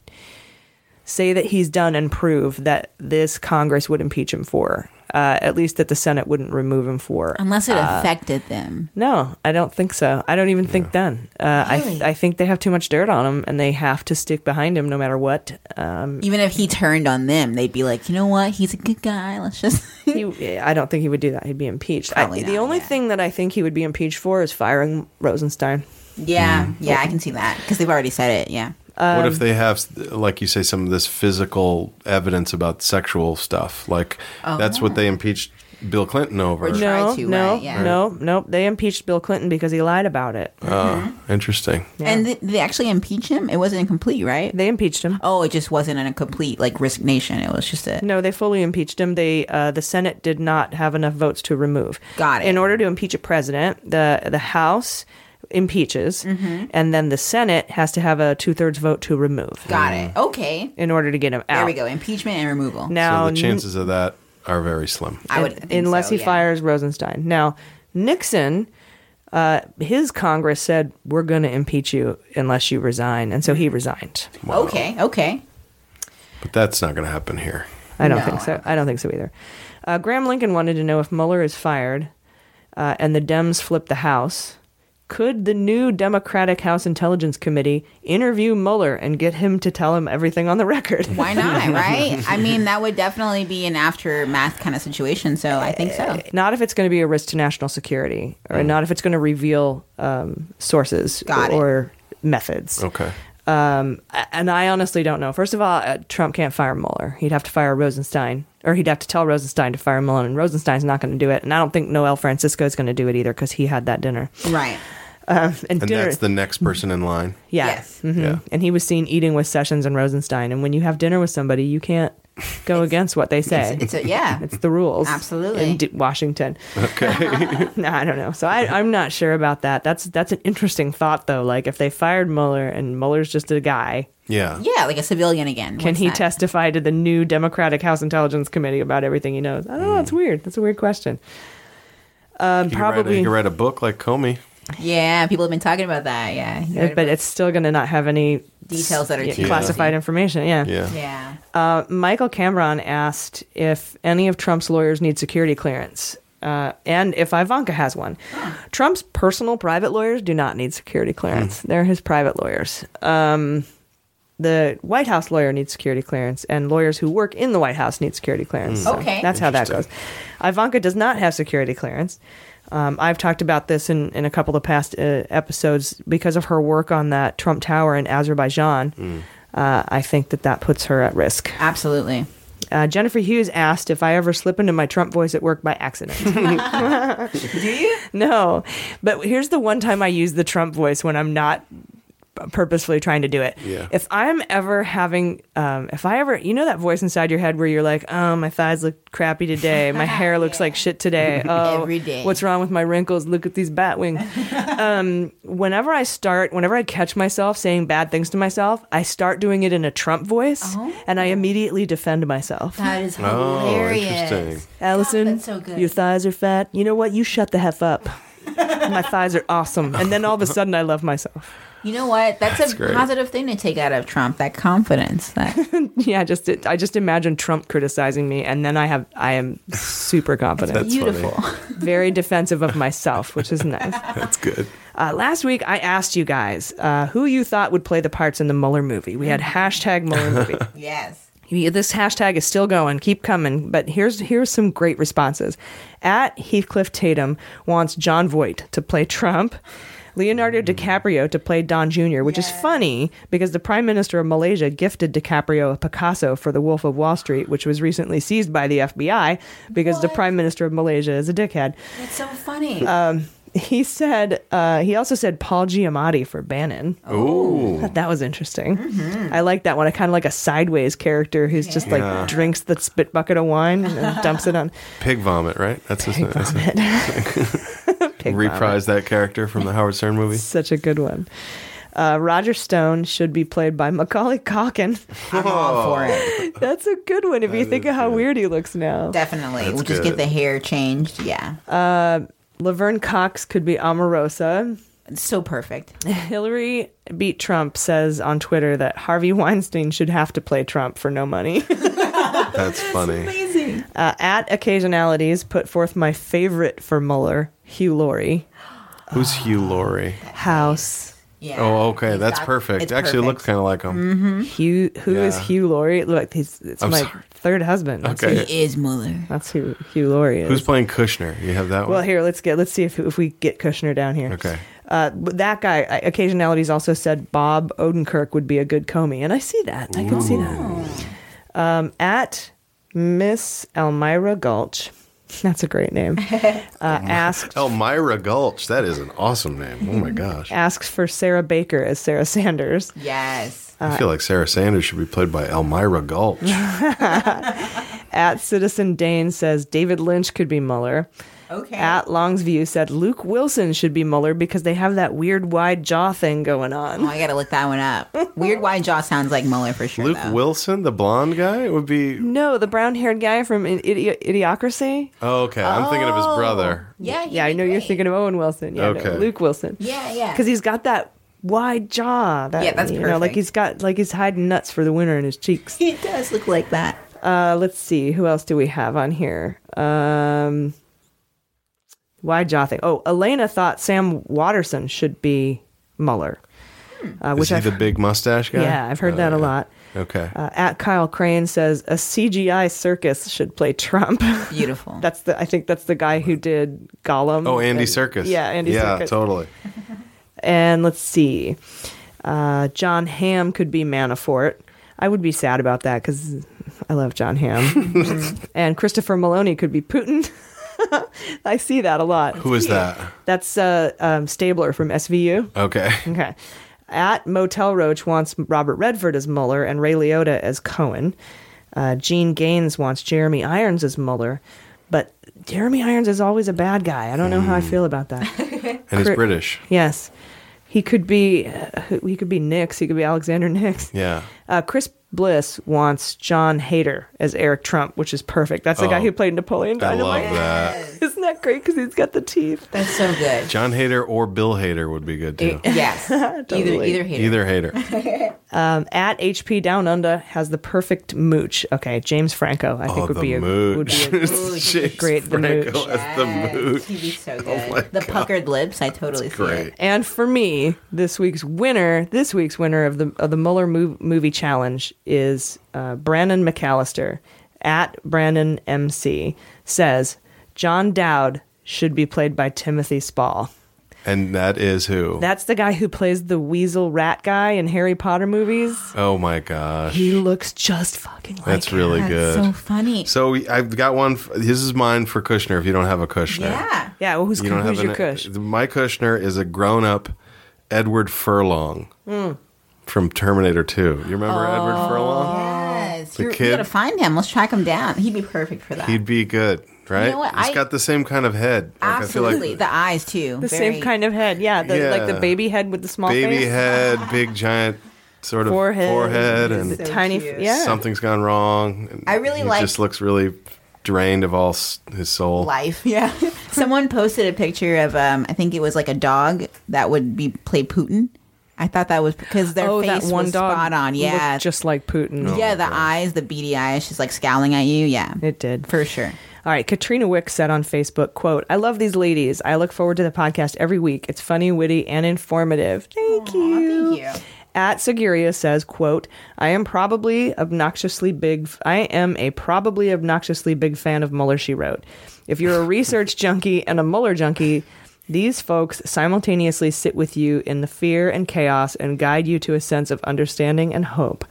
Speaker 3: say that he's done and prove that this Congress would impeach him for. Uh, at least that the Senate wouldn't remove him for,
Speaker 4: Unless it
Speaker 3: Uh,
Speaker 4: affected them.
Speaker 3: No, I don't think so. I don't even think then. Uh,
Speaker 4: Really?
Speaker 3: I I think they have too much dirt on him, and they have to stick behind him no matter what. Um,
Speaker 4: Even if he turned on them, they'd be like, you know what? He's a good guy. Let's just.
Speaker 3: he, I don't think he would do that. He'd be impeached. I,
Speaker 4: Probably
Speaker 3: the only thing that I think he would be impeached for is firing Rosenstein.
Speaker 4: Yeah,
Speaker 3: Mm.
Speaker 4: yeah, I can see that because they've already said it. Yeah.
Speaker 11: what
Speaker 3: Um,
Speaker 11: if they have, like you say, some of this physical evidence about sexual stuff? Like
Speaker 3: Oh.
Speaker 11: that's what they impeached Bill Clinton over.
Speaker 3: no, no,
Speaker 4: right? Yeah.
Speaker 3: no, no. They impeached Bill Clinton because he lied about it.
Speaker 11: Uh, interesting.
Speaker 4: Mm-hmm. And th- they actually impeached him. It wasn't incomplete, right?
Speaker 3: They impeached him.
Speaker 4: Oh, it just wasn't an incomplete like resignation. It was just a
Speaker 3: No, they fully impeached him. They uh, the Senate did not have enough votes to remove.
Speaker 4: Got it.
Speaker 3: In order to impeach a president, the the House impeaches,
Speaker 4: Mhm.
Speaker 3: and then the Senate has to have a two thirds vote to remove.
Speaker 4: got it. Okay,
Speaker 3: In order to get him out.
Speaker 4: there we go. Impeachment and removal.
Speaker 11: Mm.
Speaker 3: Now,
Speaker 11: so the chances of that are very slim.
Speaker 4: I would
Speaker 3: Un-
Speaker 4: think
Speaker 3: unless
Speaker 4: so,
Speaker 3: he
Speaker 4: yeah.
Speaker 3: fires Rosenstein. Now, Nixon, uh, his Congress said, "We're going to impeach you unless you resign," and so he resigned.
Speaker 4: Okay, okay.
Speaker 11: But that's not going to happen here.
Speaker 3: I don't
Speaker 11: No,
Speaker 3: think so. I don't think so either. Uh, Graham Lincoln wanted to know if Mueller is fired uh, and the Dems flip the House. Could the new Democratic House Intelligence Committee interview Mueller and get him to tell him everything on the record?
Speaker 4: Why not? Right? I mean, that would definitely be an aftermath kind of situation. So I think so.
Speaker 3: Not if it's going to be a risk to national security, or not if it's going to reveal um, sources
Speaker 4: Mm. Got it.
Speaker 3: or
Speaker 4: Oh,
Speaker 3: methods.
Speaker 11: Okay.
Speaker 3: Um, a- and I honestly don't know. First of all, uh, Trump can't fire Mueller. He'd have to fire Rosenstein, or he'd have to tell Rosenstein to fire Mueller, and Rosenstein's not going to do it. And I don't think Noel Francisco is going to do it either because he had that dinner.
Speaker 4: Right.
Speaker 3: Um, and
Speaker 11: And
Speaker 3: dinner,
Speaker 11: that's the next person in line.
Speaker 3: yeah. mhm.
Speaker 11: Yeah.
Speaker 3: And he was seen eating with Sessions and Rosenstein. And when you have dinner with somebody, you can't go against what they say.
Speaker 4: it's a- yeah.
Speaker 3: It's the rules.
Speaker 4: Absolutely.
Speaker 3: In D- Washington.
Speaker 11: Okay.
Speaker 3: no, I don't know. So I, I'm not sure about that. That's that's an interesting thought though. Like if they fired Mueller and Mueller's just a guy,
Speaker 11: Yeah.
Speaker 4: Yeah, like a civilian again.
Speaker 3: can
Speaker 4: What's
Speaker 3: he
Speaker 4: that?
Speaker 3: testify to the new Democratic House Intelligence Committee about everything he Oh, knows? I don't know. It's weird. That's a weird question. Um,
Speaker 11: Hmm. He could write a-
Speaker 3: probably
Speaker 11: he could write a book like Comey.
Speaker 9: Yeah, people have been talking about that. Yeah. You heard
Speaker 3: Uh, but it's still going to not have any
Speaker 9: Details that are
Speaker 3: yeah,
Speaker 9: too
Speaker 3: classified
Speaker 9: juicy.
Speaker 3: information. Yeah.
Speaker 9: Yeah. Yeah.
Speaker 3: Uh, Michael Cameron asked if any of Trump's lawyers need security clearance. Uh, and if Ivanka has one, Trump's personal private lawyers do not need security clearance. They're his private lawyers. Um, the White House lawyer needs security clearance, and lawyers who work in the White House need security clearance.
Speaker 9: Mm.
Speaker 3: So
Speaker 9: Okay.
Speaker 3: that's how that goes. Ivanka does not have security clearance. Um, I've talked about this in, in a couple of past uh, episodes because of her work on that Trump Tower in Azerbaijan. Uh, I think that that puts her at risk.
Speaker 9: Absolutely.
Speaker 3: Uh, Jennifer Hughes asked if I ever slip into my Trump voice at work by accident.
Speaker 9: Do you?
Speaker 3: no, but here's the one time I use the Trump voice when I'm not purposefully trying to do it.
Speaker 10: Yeah.
Speaker 3: If I'm ever having, um, if I ever, you know, that voice inside your head where you're like, oh, my thighs look crappy today. My hair looks like shit today. Oh,
Speaker 9: Every day.
Speaker 3: What's wrong with my wrinkles? Look at these bat wings. um, whenever I start, whenever I catch myself saying bad things to myself, I start doing it in a Trump voice
Speaker 9: Oh.
Speaker 3: and I immediately defend myself.
Speaker 9: That is
Speaker 10: Oh,
Speaker 9: hilarious.
Speaker 10: interesting.
Speaker 3: Allison,
Speaker 9: so good.
Speaker 3: your thighs are fat. You know what? You shut the hef up. My thighs are awesome. And then all of a sudden, I love myself.
Speaker 9: You know what? That's,
Speaker 3: That's
Speaker 9: a
Speaker 3: great.
Speaker 9: positive thing to take out of Trump. That confidence. That
Speaker 3: yeah, I just I just imagine Trump criticizing me, and then I have I am super confident.
Speaker 9: That's funny. Beautiful.
Speaker 3: very defensive of myself, which is nice.
Speaker 10: That's good.
Speaker 3: Uh, last week, I asked you guys uh, who you thought would play the parts in the Mueller movie. We had hashtag Mueller movie.
Speaker 9: yes.
Speaker 3: Yeah, This hashtag is still going. Keep coming. But here's here's some great responses. At Heathcliff Tatum wants John Voight to play Trump. Leonardo DiCaprio to play Don Jr., which is funny because the Prime Minister of Malaysia gifted DiCaprio a Picasso for The Wolf of Wall Street, which was recently seized by the FBI because the Prime Minister of Malaysia is a dickhead.
Speaker 9: That's so funny.
Speaker 3: Um, he said. Uh, he also said Paul Giamatti for Bannon.
Speaker 10: Ooh.
Speaker 3: Thought that was interesting. I like that one. I kind of like a sideways character who's just like
Speaker 10: Yeah.
Speaker 3: drinks the spit bucket of wine and then dumps it on.
Speaker 10: Pig vomit, right? That's his name. That's
Speaker 3: vomit. Pig
Speaker 10: Reprise that character from the Howard Stern movie.
Speaker 3: Such a good one. Uh, Roger Stone should be played by Macaulay Calkin.
Speaker 10: I'm all for
Speaker 9: it.
Speaker 3: That's a good one if you think of how weird he looks now.
Speaker 9: Definitely.
Speaker 3: That's
Speaker 9: we'll just
Speaker 3: good.
Speaker 9: get the hair changed. Yeah.
Speaker 3: Uh, Laverne Cox could be Omarosa.
Speaker 9: So perfect.
Speaker 3: Hillary beat Trump says on Twitter that Harvey Weinstein should have to play Trump for no money.
Speaker 10: That's funny.
Speaker 9: Amazing.
Speaker 3: Uh, at occasionalities, put forth my favorite for Mueller, Hugh Laurie.
Speaker 10: Who's Hugh Laurie?
Speaker 3: House.
Speaker 10: Oh, okay. That's perfect.
Speaker 3: it's
Speaker 10: Actually, it
Speaker 3: perfect.
Speaker 10: looks kind of like him.
Speaker 9: Mm-hmm.
Speaker 3: Hugh, who is
Speaker 10: Yeah.
Speaker 3: Hugh Laurie? Look, he's it's
Speaker 10: I'm
Speaker 3: my
Speaker 10: sorry.
Speaker 3: third husband. That's
Speaker 10: Okay.
Speaker 3: who-
Speaker 10: He
Speaker 9: is Mueller.
Speaker 3: That's who Hugh Laurie is.
Speaker 10: Who's playing Kushner? You have that one?
Speaker 3: well, here let's get let's see if if we get Kushner down here.
Speaker 10: Okay.
Speaker 3: Uh, but that guy, I- occasionalities also said Bob Odenkirk would be a good Comey, and I see that. I can see that. Um, at Miss Elmira Gulch, that's a great name. Uh, asked
Speaker 10: Elmira Gulch. That is an awesome name. Oh my
Speaker 9: Mm-hmm.
Speaker 10: gosh.
Speaker 3: asks for Sarah Baker as Sarah Sanders.
Speaker 9: Yes.
Speaker 10: I feel like Sarah Sanders should be played by Elmira Gulch.
Speaker 3: At Citizen Dane says David Lynch could be Mueller.
Speaker 9: Okay.
Speaker 3: At Longsview said Luke Wilson should be Mueller because they have that weird wide jaw thing going on.
Speaker 9: Oh, I gotta look that one up. Weird wide jaw sounds like Mueller for sure.
Speaker 10: Luke Wilson, the blonde guy, would be.
Speaker 3: No, the brown-haired guy from I- Idi- Idiocracy.
Speaker 10: Oh, okay. I'm thinking of his brother.
Speaker 9: Yeah,
Speaker 3: yeah. I know you're thinking of Owen Wilson. Yeah, no,
Speaker 10: Okay.
Speaker 3: Luke Wilson.
Speaker 9: Yeah, yeah.
Speaker 3: Because he's got that wide jaw. That,
Speaker 9: Yeah, that's
Speaker 3: you know, like
Speaker 9: perfect.
Speaker 3: he's got like he's hiding nuts for the winter in his cheeks.
Speaker 9: He does look like that.
Speaker 3: Uh, let's see. Who else do we have on here? Um, why jaw thing? Oh, Elena thought Sam Watterson should be Mueller. Uh,
Speaker 10: Is
Speaker 3: which
Speaker 10: he
Speaker 3: I've,
Speaker 10: the big mustache guy?
Speaker 3: yeah, I've heard
Speaker 10: Oh,
Speaker 3: that a
Speaker 10: yeah.
Speaker 3: lot.
Speaker 10: Okay.
Speaker 3: Uh, at Kyle Crane says a CGI circus should play Trump.
Speaker 9: Beautiful.
Speaker 3: that's the. I think that's the guy who did Gollum.
Speaker 10: oh, Andy
Speaker 3: and-
Speaker 10: Circus.
Speaker 3: Yeah, Andy
Speaker 10: Yeah,
Speaker 3: Serkis.
Speaker 10: totally.
Speaker 3: And let's see. Uh, John Hamm could be Manafort. I would be sad about that because I love John Hamm. and Christopher Maloney could be Putin. I see that a lot.
Speaker 10: Who is that?
Speaker 3: That's uh, um, Stabler from SVU.
Speaker 10: Okay.
Speaker 3: Okay. At Motel Roach wants Robert Redford as Mueller and Ray Liotta as Cohen. Uh, Gene Gaines wants Jeremy Irons as Mueller, but Jeremy Irons is always a bad guy. I don't know how I
Speaker 10: Hmm.
Speaker 3: feel about that.
Speaker 10: And he's
Speaker 3: Cri-
Speaker 10: British.
Speaker 3: Yes, he could be. Uh, he could be Nix. He could be Alexander Nix.
Speaker 10: Yeah.
Speaker 3: Uh, Chris Bliss wants John Hader as Eric Trump, which is perfect. That's the guy
Speaker 10: Oh,
Speaker 3: who played Napoleon
Speaker 10: I
Speaker 3: Dynamite.
Speaker 10: love that.
Speaker 12: Isn't that great? Because he's got the teeth.
Speaker 9: That's so good.
Speaker 10: John Hader or Bill Hader would be good too.
Speaker 9: yes.
Speaker 12: Totally.
Speaker 9: Either either hater.
Speaker 10: Either Hader.
Speaker 3: um, at HP Down Under has the perfect mooch. Okay, James Franco, I think would
Speaker 10: Oh, the
Speaker 3: be, a,
Speaker 10: mooch.
Speaker 3: would be a great the mooch.
Speaker 10: Franco as the mooch.
Speaker 9: He'd be so good.
Speaker 10: Oh my
Speaker 9: the puckered lips. I totally see
Speaker 10: great.
Speaker 9: it.
Speaker 3: And for me, this week's winner, this week's winner of the of the Mueller mov- movie challenge is uh, Brandon McAllister at Brandon MC says John Dowd should be played by Timothy Spall.
Speaker 10: And that is who?
Speaker 3: That's the guy who plays the weasel rat guy in Harry Potter movies.
Speaker 10: oh my gosh.
Speaker 3: He looks just fucking like
Speaker 10: That's really
Speaker 3: him.
Speaker 10: good.
Speaker 9: funny.
Speaker 10: So I've got one. f- This is mine for Kushner. If you don't have a Kushner,
Speaker 3: Yeah. Yeah. Well, who's,
Speaker 10: You don't
Speaker 3: who's
Speaker 10: have
Speaker 3: your
Speaker 10: an- e,
Speaker 3: Kush?
Speaker 10: My Kushner is a grown-up Edward Furlong
Speaker 9: Mm.
Speaker 10: from Terminator Two. You remember Edward Furlong?
Speaker 9: Oh, Yes.
Speaker 10: The
Speaker 9: You're,
Speaker 10: kid?
Speaker 9: you gotta find him. Let's track him down. He'd be perfect for that.
Speaker 10: He'd be good, right?
Speaker 9: You know what?
Speaker 10: He's
Speaker 9: I-
Speaker 10: got the same kind of head. Like,
Speaker 9: Absolutely. the eyes too.
Speaker 3: The
Speaker 9: Very-
Speaker 3: same kind of head. Yeah, the, Like the
Speaker 10: Yeah.
Speaker 3: baby head with the small
Speaker 10: baby
Speaker 3: face.
Speaker 10: head, big giant sort of
Speaker 3: Forehead.
Speaker 10: forehead,
Speaker 3: The
Speaker 10: and
Speaker 3: tiny. Yeah.
Speaker 10: something's gone wrong. and
Speaker 9: I really
Speaker 10: he
Speaker 9: like-
Speaker 10: Just looks really drained of all s- his soul.
Speaker 9: life. Yeah. Someone posted a picture of um I think it was like a dog that would be play Putin. I thought that was because their
Speaker 3: oh,
Speaker 9: face
Speaker 3: that one
Speaker 9: was
Speaker 3: dog
Speaker 9: spot on. Yeah.
Speaker 3: looked just like Putin.
Speaker 10: Oh,
Speaker 9: yeah, the eyes, the beady eyes, she's like scowling at you. Yeah.
Speaker 3: It did.
Speaker 9: For sure.
Speaker 3: All right, Katrina Wick said on Facebook, quote, I love these ladies. I look forward to the podcast every week. It's funny, witty, and informative. Thank you.
Speaker 9: Thank you.
Speaker 3: At Seguria says, quote, I am probably obnoxiously big I am a probably obnoxiously big fan of Muller, she wrote. If you're a research junkie and a Muller junkie, these folks simultaneously sit with you in the fear and chaos and guide you to a sense of understanding and hope.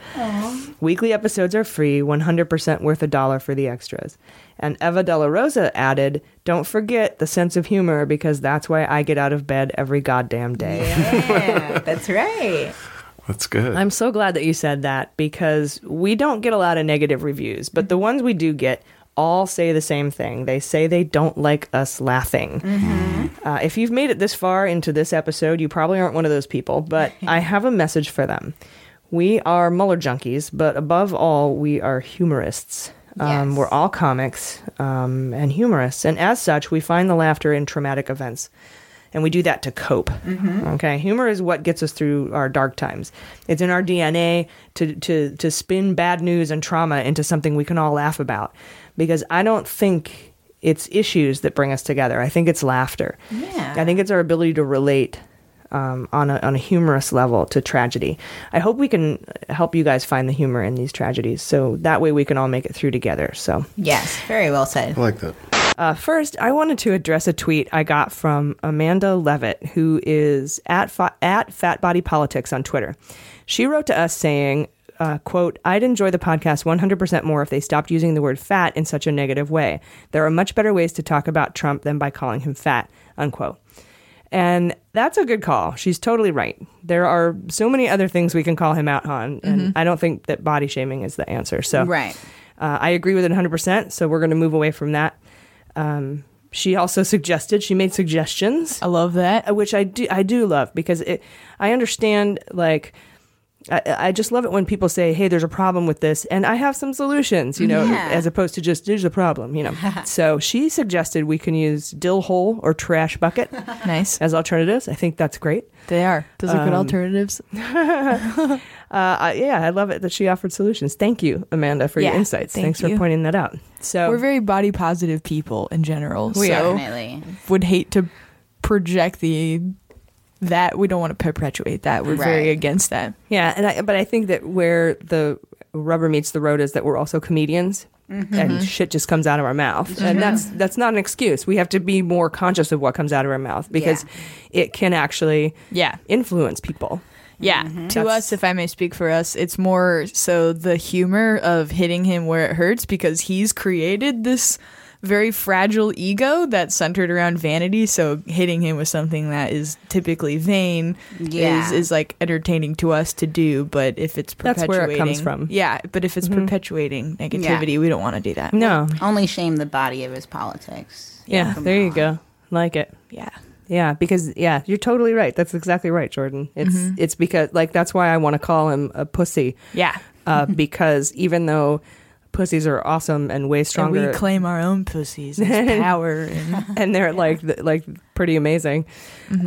Speaker 3: Weekly episodes are free, 100% worth a dollar for the extras. And Eva De La Rosa added, Don't forget the sense of humor because that's why I get out of bed every goddamn day.
Speaker 9: Yeah, that's right.
Speaker 10: That's good.
Speaker 3: I'm so glad that you said that because we don't get a lot of negative reviews, but the ones we do get all say the same thing. They say they don't like us laughing. Uh, if you've made it this far into this episode, you probably aren't one of those people, but I have a message for them. We are Muller junkies, but above all, we are humorists. Um, We're all comics um, and humorists, and as such, we find the laughter in traumatic events and we do that to cope. Okay, humor is what gets us through our dark times. It's in our DNA to to to spin bad news and trauma into something we can all laugh about. Because I don't think it's issues that bring us together. I think it's laughter.
Speaker 9: Yeah.
Speaker 3: I think it's our ability to relate. Um, on, a, on a humorous level to tragedy. I hope we can help you guys find the humor in these tragedies so that way we can all make it through together. So,
Speaker 9: Yes, very well said.
Speaker 10: I like that.
Speaker 3: uh, first, I wanted to address a tweet I got from Amanda Levitt, who is at fa- at Fat Body Politics on Twitter. She wrote to us saying, uh, "quote I'd enjoy the podcast 100% more if they stopped using the word fat in such a negative way. There are much better ways to talk about Trump than by calling him fat." Unquote. And that's a good call. She's totally right. There are so many other things we can call him out on, and I don't think that body shaming is the answer. So
Speaker 9: Right.
Speaker 3: uh, I agree with it 100%. So we're going to move away from that. Um, she also suggested, she made suggestions. I
Speaker 4: love that.
Speaker 3: Which I do, I do love because it, I understand, like, I, I just love it when people say, hey, there's a problem with this, and I have some solutions, you know,
Speaker 9: Yeah.
Speaker 3: as opposed to just, there's a problem, you know. so she suggested we can use dill hole or trash bucket
Speaker 4: Nice.
Speaker 3: as alternatives. I think that's great.
Speaker 4: They are. Those are good
Speaker 3: Um,
Speaker 4: alternatives.
Speaker 3: Uh, I, yeah, I love it that she offered solutions. Thank you, Amanda, for your
Speaker 4: Yeah,
Speaker 3: insights.
Speaker 4: thank
Speaker 3: Thanks
Speaker 4: you.
Speaker 3: for pointing that out. So
Speaker 4: We're very body positive people in general.
Speaker 9: We
Speaker 4: so
Speaker 9: definitely.
Speaker 4: would hate to project the that we don't want to perpetuate that. We're very
Speaker 3: Right.
Speaker 4: against that.
Speaker 3: Yeah, and I, but I think that where the rubber meets the road is that we're also comedians, and shit just comes out of our mouth, and that's that's not an excuse. We have to be more conscious of what comes out of our mouth because it can actually
Speaker 4: Yeah.
Speaker 3: influence people.
Speaker 4: Yeah.
Speaker 3: Mm-hmm.
Speaker 4: To us, if I may speak for us, it's more so the humor of hitting him where it hurts because he's created this very fragile ego that's centered around vanity. So hitting him with something that is typically vain
Speaker 9: Yeah.
Speaker 4: is, is like entertaining to us to do. But if it's
Speaker 3: That's
Speaker 4: perpetuating,
Speaker 3: where it comes from. Mm-hmm.
Speaker 4: Yeah. But if it's perpetuating negativity, we don't want to do that.
Speaker 3: No,
Speaker 9: Only shame the body of his politics.
Speaker 3: yeah,
Speaker 9: Come
Speaker 3: there you
Speaker 9: on.
Speaker 3: go. Like it.
Speaker 4: Yeah.
Speaker 3: Yeah, because yeah, you're totally right. That's exactly right, Jordan. It's it's because like that's why I want to call him a pussy.
Speaker 4: Yeah.
Speaker 3: uh, because even though pussies are awesome and way
Speaker 4: And
Speaker 3: stronger.
Speaker 4: we claim our own pussies as power. And-
Speaker 3: and they're like th- like pretty amazing.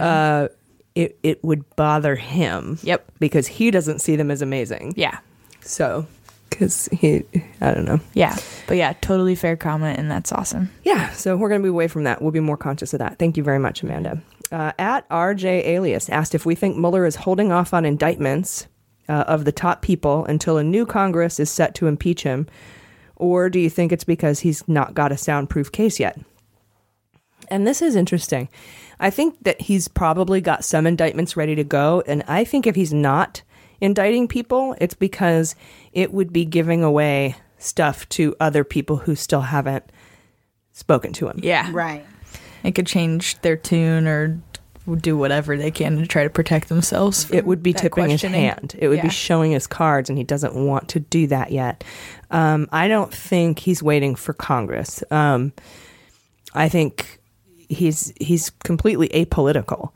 Speaker 3: Uh, it it would bother him. Yep, because he doesn't see them as amazing.
Speaker 4: Yeah.
Speaker 3: So, because he, I don't know.
Speaker 4: yeah. But yeah, totally fair comment, and that's awesome.
Speaker 3: Yeah, so we're going to be away from that. We'll be more conscious of that. Thank you very much, Amanda. Uh, at RJ Alias asked if we think Mueller is holding off on indictments uh, of the top people until a new Congress is set to impeach him, or do you think it's because he's not got a soundproof case yet? And this is interesting. I think that he's probably got some indictments ready to go. And I think if he's not indicting people, it's because it would be giving away stuff to other people who still haven't spoken to him.
Speaker 4: Yeah.
Speaker 9: Right.
Speaker 4: It could change their tune or do whatever they can to try to protect themselves.
Speaker 3: It would be tipping his hand. It would be showing his cards, and he doesn't want to do that yet. Um, I don't think he's waiting for Congress. Um, I think he's he's completely apolitical.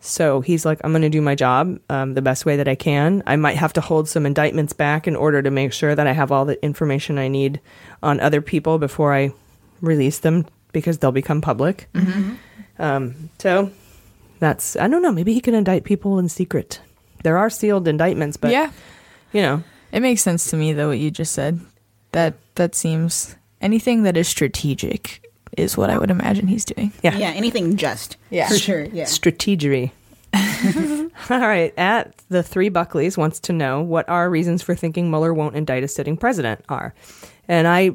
Speaker 3: So he's like, I'm going to do my job um, the best way that I can. I might have to hold some indictments back in order to make sure that I have all the information I need on other people before I release them because they'll become public. Um, so that's I don't know. Maybe he can indict people in secret. There are sealed indictments, but
Speaker 4: yeah,
Speaker 3: you know,
Speaker 4: it makes sense to me though what you just said. That that seems anything that is strategic is what I would imagine he's doing.
Speaker 3: Yeah.
Speaker 9: Yeah, anything just.
Speaker 4: Yeah.
Speaker 9: For sure. Yeah.
Speaker 3: strategery. All right. At the three Buckleys wants to know what our reasons for thinking Mueller won't indict a sitting president are, and I,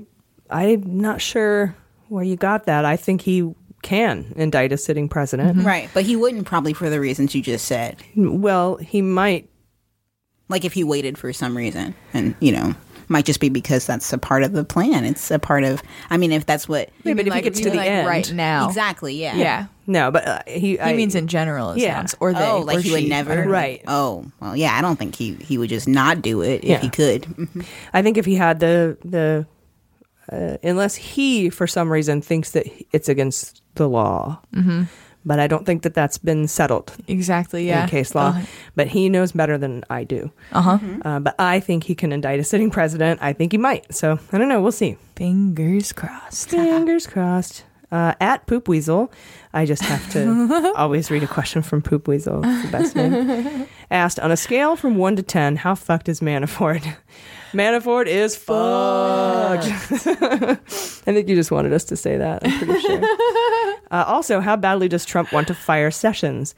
Speaker 3: I'm not sure where you got that. I think he can indict a sitting president.
Speaker 9: Right. But he wouldn't probably for the reasons you just said.
Speaker 3: Well, he might.
Speaker 9: Like if he waited for some reason and, you know, might just be because that's a part of the plan. It's a part of, I mean, if that's what.
Speaker 4: You Yeah, but mean if he like- gets you to mean the like end- right now.
Speaker 9: Exactly, yeah.
Speaker 4: Yeah.
Speaker 3: No, but uh, he.
Speaker 4: He means in general. It
Speaker 9: Yeah.
Speaker 4: sounds, or they,
Speaker 9: oh, like
Speaker 4: or
Speaker 9: he would
Speaker 4: she. I
Speaker 9: never.
Speaker 4: don't know.
Speaker 9: Oh, well, yeah. I don't think he he would just not do it if
Speaker 3: Yeah.
Speaker 9: he could. Mhm.
Speaker 3: I think if he had the the uh, unless he for some reason thinks that it's against the law.
Speaker 4: Mhm.
Speaker 3: But I don't think that that's been settled
Speaker 4: Exactly. Yeah.
Speaker 3: in case law.
Speaker 4: Uh,
Speaker 3: But he knows better than I do.
Speaker 4: Uh-huh.
Speaker 3: Uh, but I think he can indict a sitting president. I think he might. So I don't know. We'll see.
Speaker 4: Fingers crossed.
Speaker 3: Fingers crossed. Uh, at Poop Weasel, I just have to always read a question from Poop Weasel. It's the best name asked on a scale from one to ten, how fucked is Manafort? Manafort is fucked. I think you just wanted us to say that. I'm pretty sure. uh, also, how badly does Trump want to fire Sessions?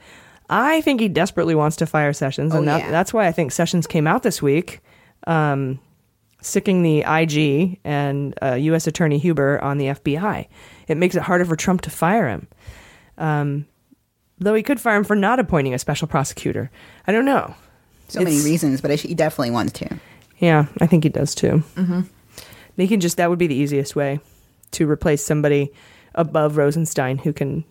Speaker 3: I think he desperately wants to fire Sessions, and that, that's why I think Sessions came out this week, um, sicking the IG and uh, U.S. Attorney Huber on the FBI. It makes it harder for Trump to fire him. Um, though he could fire him for not appointing a special prosecutor. I don't know.
Speaker 9: So many
Speaker 3: It's-
Speaker 9: reasons, but I sh- he definitely wants to.
Speaker 3: Yeah, I think he does too.
Speaker 9: Mm-hmm.
Speaker 3: They can just that would be the easiest way to replace somebody above Rosenstein who can,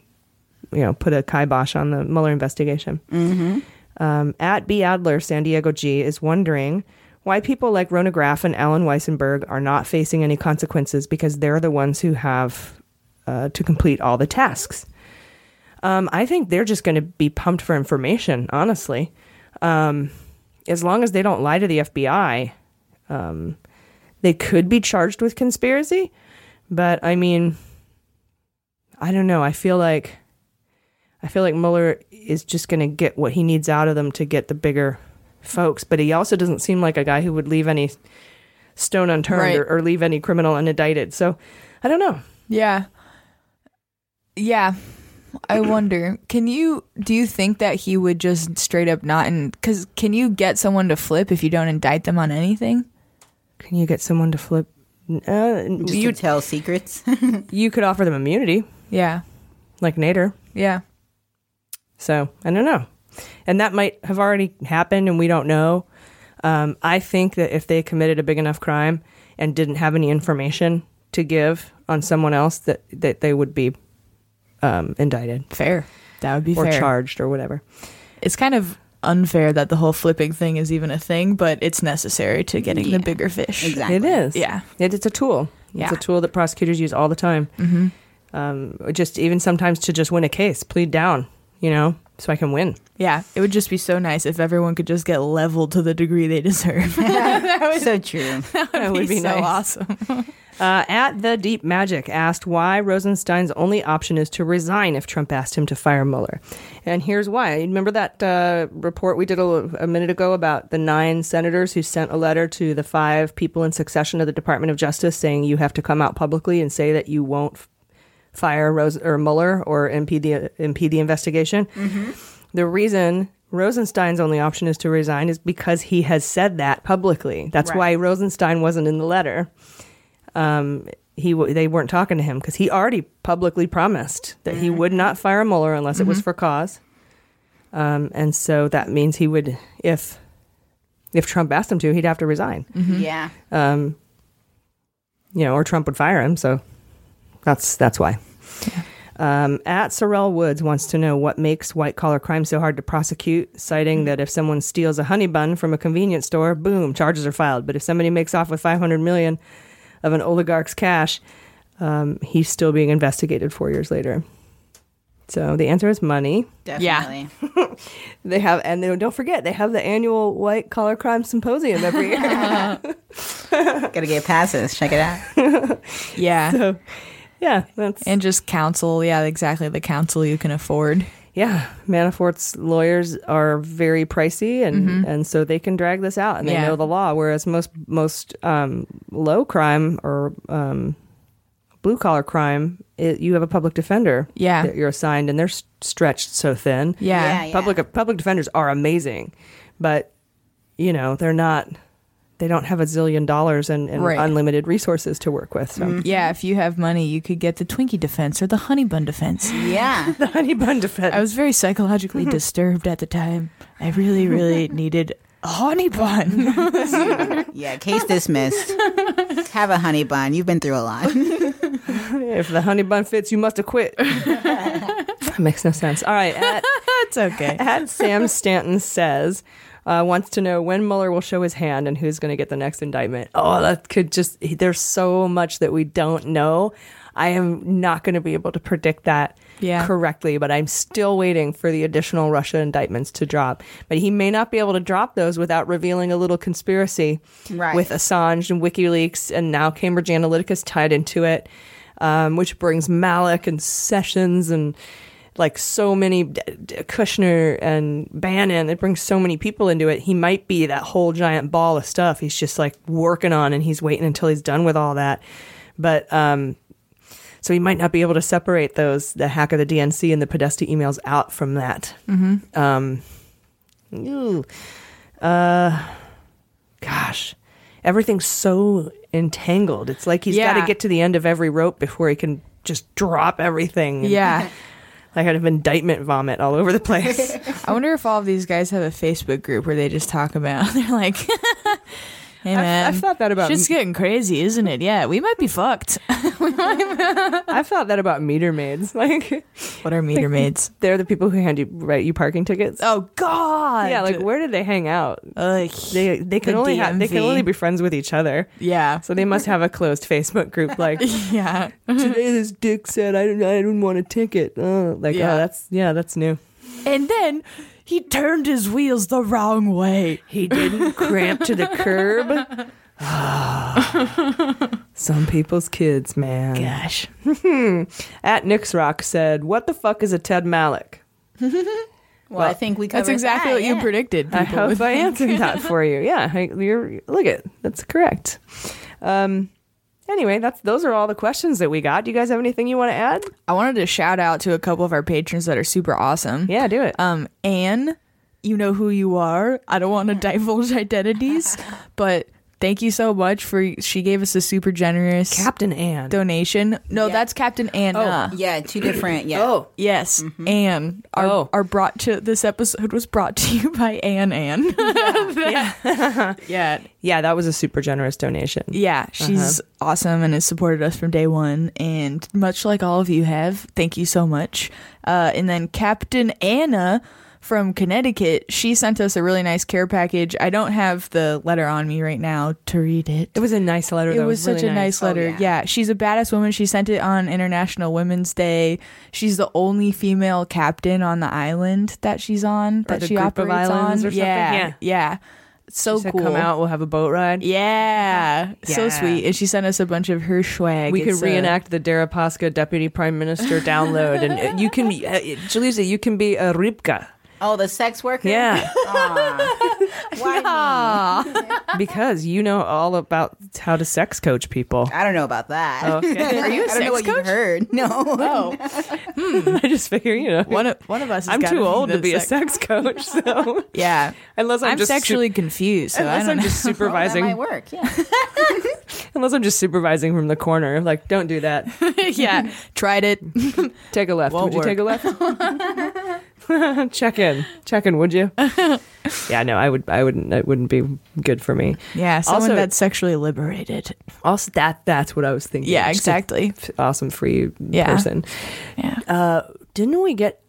Speaker 3: you know, put a kibosh on the Mueller investigation.
Speaker 9: Mm-hmm.
Speaker 3: Um, at B Adler, San Diego G is wondering why people like Rona Graf and Alan Weissenberg are not facing any consequences because they're the ones who have uh, to complete all the tasks. Um, I think they're just going to be pumped for information, honestly. Um, as long as they don't lie to the FBI, um, they could be charged with conspiracy. But I mean, I don't know. I feel like I feel like Mueller is just going to get what he needs out of them to get the bigger folks. But he also doesn't seem like a guy who would leave any stone unturned
Speaker 4: Right.
Speaker 3: or, or leave any criminal unindicted. So I don't know.
Speaker 4: Yeah. Yeah. I wonder, can you do you think that he would just straight up not and cuz can you get someone to flip if you don't indict them on anything?
Speaker 3: Can you get someone to flip? Uh,
Speaker 9: Just
Speaker 3: you
Speaker 9: to tell secrets.
Speaker 3: you could offer them immunity,
Speaker 4: Yeah.
Speaker 3: like Nader.
Speaker 4: Yeah.
Speaker 3: So I don't know. And that might have already happened and we don't know. Um, I think that if they committed a big enough crime and didn't have any information to give on someone else, that, that they would be um, indicted.
Speaker 4: Fair. That would be
Speaker 3: or
Speaker 4: fair.
Speaker 3: charged or whatever.
Speaker 4: It's kind of unfair that the whole flipping thing is even a thing, but it's necessary to getting the bigger fish.
Speaker 3: It is.
Speaker 4: Yeah.
Speaker 3: It, it's a tool.
Speaker 4: Yeah.
Speaker 3: It's a tool that prosecutors use all the time.
Speaker 4: Mhm.
Speaker 3: Um, just even sometimes to just win a case, plead down, you know, so I can win.
Speaker 4: Yeah, it would just be so nice if everyone could just get leveled to the degree they deserve.
Speaker 9: so true.
Speaker 4: That would,
Speaker 3: would
Speaker 4: be,
Speaker 3: be
Speaker 4: so
Speaker 3: nice.
Speaker 4: awesome.
Speaker 3: Uh, at the Deep Magic asked why Rosenstein's only option is to resign if Trump asked him to fire Mueller, and here's why. Remember that uh, report we did a, a minute ago about the nine senators who sent a letter to the five people in succession of the Department of Justice saying you have to come out publicly and say that you won't f- fire Rose or Mueller or impede the impede the investigation. The reason Rosenstein's only option is to resign is because he has said that publicly. That's
Speaker 4: Right.
Speaker 3: why Rosenstein wasn't in the letter. Um, he w- they weren't talking to him because he already publicly promised that he would not fire Mueller unless it was
Speaker 4: Mhm.
Speaker 3: for cause. Um, and so that means he would if if Trump asked him to, he'd have to resign.
Speaker 4: Uh,
Speaker 9: Mhm. Yeah.
Speaker 3: Um, you know, or Trump would fire him. So that's that's why. Um, at Sorrel Woods wants to know what makes white collar crime so hard to prosecute, citing that if someone steals a honey bun from a convenience store, boom, charges are filed. But if somebody makes off with 500 million of an oligarch's cash, um, he's still being investigated four years later. So the answer is money.
Speaker 9: Definitely.
Speaker 3: They have, and they, don't forget, they have the annual white collar crime symposium every year.
Speaker 9: Gotta get passes. Check it out.
Speaker 4: Yeah.
Speaker 3: So, yeah, that's
Speaker 4: and just counsel. Yeah, exactly the counsel you can afford.
Speaker 3: yeah, Manafort's lawyers are very pricey, and
Speaker 4: Mhm.
Speaker 3: and so they can drag this out, and they
Speaker 4: Yeah.
Speaker 3: know the law. Whereas most most um, low crime or um, blue collar crime, it, you have a public defender.
Speaker 4: Yeah.
Speaker 3: that you're assigned, and they're s- stretched so thin.
Speaker 4: Yeah. Yeah, yeah.
Speaker 3: public public defenders are amazing, but you know they're not. They don't have a zillion dollars and, and
Speaker 4: Right. Mm-hmm.
Speaker 3: unlimited resources to work with. So.
Speaker 4: Yeah, if you have money, you could get the Twinkie defense or the honey bun defense.
Speaker 9: Yeah.
Speaker 3: the honey bun defense.
Speaker 4: I was very psychologically disturbed at the time. I really, really needed a honey bun.
Speaker 9: yeah, case dismissed. Have a honey bun. You've been through a lot.
Speaker 3: if the honey bun fits, you must have quit. that makes no sense. All right. At,
Speaker 4: it's okay.
Speaker 3: At Sam Stanton says, uh, wants to know when Mueller will show his hand and who's going to get the next indictment. Oh, that could just, there's so much that we don't know. I am not going to be able to predict that
Speaker 4: Yeah.
Speaker 3: correctly, but I'm still waiting for the additional Russia indictments to drop. But he may not be able to drop those without revealing a little conspiracy
Speaker 9: Right.
Speaker 3: with Assange and WikiLeaks, and now Cambridge Analytica's tied into it, um, which brings Malik and Sessions and like so many D- D- Kushner and Bannon. It brings so many people into it. He might be that whole giant ball of stuff. He's just like working on, and he's waiting until he's done with all that. But um, so he might not be able to separate those the hack of the DNC and the Podesta emails out from that.
Speaker 4: Mm-hmm.
Speaker 3: Um, ew. Uh, gosh, everything's so entangled. It's like he's got
Speaker 4: Yeah.
Speaker 3: to get to the end of every rope before he can just drop everything. and-
Speaker 4: Yeah.
Speaker 3: like out of indictment vomit all over the place.
Speaker 4: I wonder if all of these guys have a Facebook group where they just talk about. They're like, "Hey man,
Speaker 3: I've thought that about-
Speaker 4: Shit's getting crazy, isn't it? Yeah, we might be fucked."
Speaker 3: I thought that about meter maids. Like,
Speaker 4: what are meter maids?
Speaker 3: They're the people who hand you write you parking tickets.
Speaker 4: Oh God!
Speaker 3: yeah, like where did they hang out? they they can
Speaker 4: the
Speaker 3: only ha- they can
Speaker 4: DMV.
Speaker 3: only be friends with each other.
Speaker 4: Yeah.
Speaker 3: So they must have a closed Facebook group. Like,
Speaker 4: yeah.
Speaker 3: today this dick said I don't I didn't want a ticket. Uh, like,
Speaker 4: Yeah.
Speaker 3: oh, that's yeah, that's new.
Speaker 4: And then he turned his wheels the wrong way.
Speaker 3: He didn't cramp to the curb. Some people's kids, man.
Speaker 4: Gosh.
Speaker 3: At Nix Rock said, "What the fuck is a Ted Malick?"
Speaker 9: Well, I think we
Speaker 4: That's
Speaker 9: covered
Speaker 4: exactly
Speaker 9: that,
Speaker 4: what you
Speaker 9: yeah.
Speaker 4: predicted.
Speaker 3: I
Speaker 4: people
Speaker 3: hope
Speaker 4: would
Speaker 3: I
Speaker 4: think.
Speaker 3: answered that for you. Yeah, I- you're look at that's correct. Um, anyway, that's those are all the questions that we got. Do you guys have anything you want to add?
Speaker 4: I wanted to shout out to a couple of our patrons that are super awesome.
Speaker 3: Yeah, do it.
Speaker 4: Um, Anne, you know who you are. I don't want to divulge identities, but thank you so much for she gave us a super generous
Speaker 3: Captain Anne
Speaker 4: donation. No,
Speaker 9: Yeah.
Speaker 4: that's Captain Anna.
Speaker 9: yeah, two different. Yeah.
Speaker 3: Oh,
Speaker 4: Yes, Anne. Our, our brought to this episode was brought to you by Anne. Anne. yeah. yeah.
Speaker 3: Yeah, that was a super generous donation.
Speaker 4: Yeah,
Speaker 3: Uh-huh.
Speaker 4: she's awesome and has supported us from day one. And much like all of you have, thank you so much. Uh, and then Captain Anna from Connecticut, she sent us a really nice care package. I don't have the letter on me right now to read it.
Speaker 3: It was a nice letter.
Speaker 4: It
Speaker 3: though.
Speaker 4: was
Speaker 3: Really Oh,
Speaker 4: such a nice, letter. yeah. she's a badass woman. She sent it on International Women's Day. She's the only female captain on the island that she's on that
Speaker 3: the
Speaker 4: she
Speaker 3: group of
Speaker 4: operates
Speaker 3: islands
Speaker 4: on.
Speaker 3: or something?
Speaker 4: Yeah,
Speaker 3: Yeah.
Speaker 4: yeah, So
Speaker 3: She said,
Speaker 4: cool.
Speaker 3: Come out. We'll have a boat ride.
Speaker 4: Yeah. so
Speaker 3: Yeah.
Speaker 4: sweet. And she sent us a bunch of her swag.
Speaker 3: we could
Speaker 4: It's, uh,
Speaker 3: reenact the Deripaska deputy prime minister download, and uh, you can, uh, Jalisa, you can be a Ripka.
Speaker 8: Oh, the sex worker.
Speaker 3: Yeah.
Speaker 8: Aw. Why me?
Speaker 3: because you know all about how to sex coach people.
Speaker 8: I don't know about that.
Speaker 3: Okay. Are you a
Speaker 8: I don't know
Speaker 3: sex
Speaker 8: what you
Speaker 3: coach?
Speaker 8: heard. No.
Speaker 3: I just figure, you know,
Speaker 4: Oh, one of, one of us. has
Speaker 3: I'm
Speaker 4: gotta
Speaker 3: too old
Speaker 4: the
Speaker 3: to be a sex coach, so
Speaker 4: yeah.
Speaker 3: Unless I'm,
Speaker 4: I'm
Speaker 3: just
Speaker 4: sexually confused, so I
Speaker 3: unless
Speaker 4: don't
Speaker 3: am just
Speaker 4: know.
Speaker 3: supervising,
Speaker 8: That might work. Yeah.
Speaker 3: unless I'm just supervising from the corner, like don't do that.
Speaker 4: yeah, tried it.
Speaker 3: take a left.
Speaker 4: Won't
Speaker 3: would you take a left? check in, check in. Would you? yeah, no, I would. I wouldn't. It wouldn't be good for me.
Speaker 4: Yeah, someone
Speaker 3: Also-
Speaker 4: that's sexually liberated.
Speaker 3: Also, that that's what I was thinking.
Speaker 4: Yeah,
Speaker 3: Just a
Speaker 4: exactly.
Speaker 3: f- awesome free
Speaker 4: Yeah.
Speaker 3: person.
Speaker 4: Yeah.
Speaker 3: Uh, didn't we get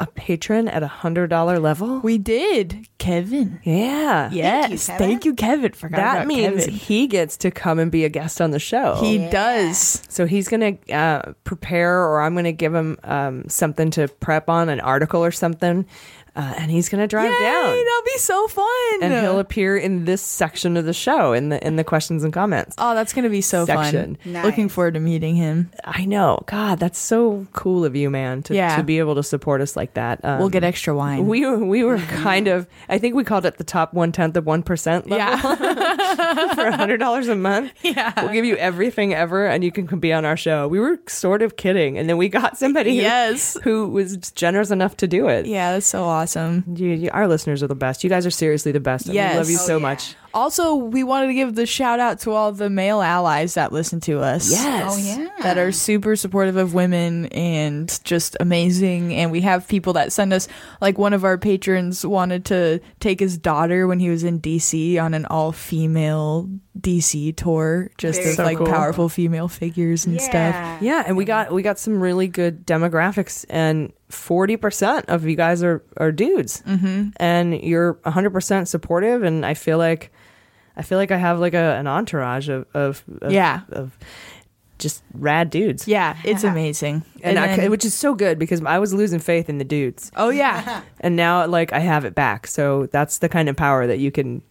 Speaker 3: a patron at a hundred dollar level?
Speaker 4: We did, Kevin.
Speaker 3: Yeah.
Speaker 4: Yes, thank you, Kevin. Forgot
Speaker 3: that
Speaker 4: about
Speaker 3: means
Speaker 4: Kevin.
Speaker 3: he gets to come and be a guest on the show.
Speaker 4: He does.
Speaker 3: So he's going to uh, prepare, or I'm going to give him um, something to prep on, an article or something, uh, and he's going to drive
Speaker 4: Yay,
Speaker 3: down.
Speaker 4: that'll be so fun.
Speaker 3: And he'll appear in this section of the show in the in the questions and comments.
Speaker 4: oh, that's gonna be so
Speaker 3: Section.
Speaker 4: fun. Looking forward to meeting him.
Speaker 3: I know. God, that's so cool of you, man, to,
Speaker 4: Yeah.
Speaker 3: to be able to support us like that. Um,
Speaker 4: we'll get extra wine.
Speaker 3: we were- we were kind of I think we called it the top one tenth of one percent level for hundred dollars a month.
Speaker 4: Yeah,
Speaker 3: we'll give you everything ever, and you can be on our show. We were sort of kidding, and then we got somebody who-
Speaker 4: Yes.
Speaker 3: who, was generous enough to do it.
Speaker 4: yeah, that's so awesome.
Speaker 3: You, you- our listeners are the best. You guys are seriously the best. and
Speaker 4: Yes.
Speaker 3: we love you
Speaker 4: Oh,
Speaker 3: so much.
Speaker 4: Also, we wanted to give the shout out to all the male allies that listen to us.
Speaker 3: Yes. Oh,
Speaker 8: yeah.
Speaker 4: That are super supportive of women and just amazing. And we have people that send us, like, one of our patrons wanted to take his daughter when he was in DC on an all female DC tour, just
Speaker 3: Very
Speaker 4: of
Speaker 3: So
Speaker 4: like
Speaker 3: cool.
Speaker 4: powerful female figures and stuff.
Speaker 3: Yeah, and we got we got some really good demographics, and forty percent of you guys are are dudes, mm-hmm. and you're hundred percent supportive. And I feel like I feel like I have like a, an entourage of, of, of
Speaker 4: Yeah.
Speaker 3: of just rad dudes.
Speaker 4: Yeah, it's amazing.
Speaker 3: And, I c
Speaker 4: then-
Speaker 3: which is so good because I was losing faith in the dudes,
Speaker 4: oh, yeah.
Speaker 3: and now like I have it back. So that's the kind of power that you can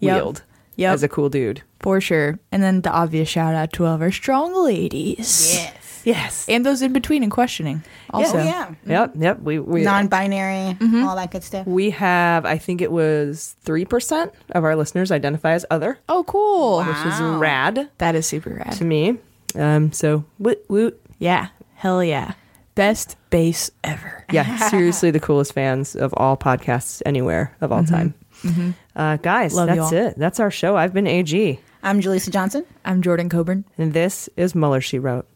Speaker 4: Yep.
Speaker 3: wield
Speaker 4: Yep.
Speaker 3: as a cool dude.
Speaker 4: For sure. And then the obvious shout out to all of our strong ladies.
Speaker 8: Yes.
Speaker 3: Yes.
Speaker 4: And those in between and questioning. Also.
Speaker 8: Oh, yeah.
Speaker 3: Mm-hmm. Yep, yep. We we
Speaker 8: Non-binary,
Speaker 4: Mm-hmm.
Speaker 8: all that good stuff.
Speaker 3: We have, I think it was 3% of our listeners identify as other,
Speaker 4: Oh, cool.
Speaker 3: which is rad
Speaker 4: That is super rad.
Speaker 3: to me. Um, so, woot woot.
Speaker 4: Yeah. Hell yeah. Best bass ever.
Speaker 3: Yeah, seriously, the coolest fans of all podcasts anywhere of all time. Uh, guys,
Speaker 4: Mm-hmm. Love
Speaker 3: that's
Speaker 4: y'all.
Speaker 3: it. That's our show. I've been AG,
Speaker 8: I'm Jaleesa Johnson.
Speaker 4: I'm Jordan Coburn.
Speaker 3: and this is Muller, She Wrote.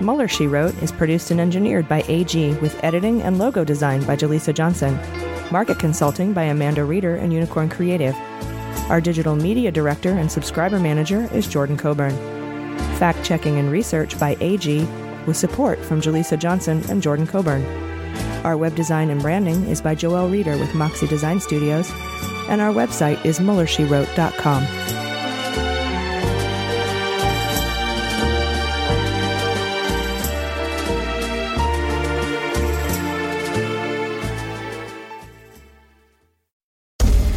Speaker 3: Muller, She Wrote is produced and engineered by AG with editing and logo design by Jaleesa Johnson, market consulting by Amanda Reeder and Unicorn Creative. Our digital media director and subscriber manager is Jordan Coburn. Fact checking and research by AG with support from Jaleesa Johnson and Jordan Coburn. Our web design and branding is by Joelle Reeder with Moxie Design Studios, and our website is MullerSheWrote.com.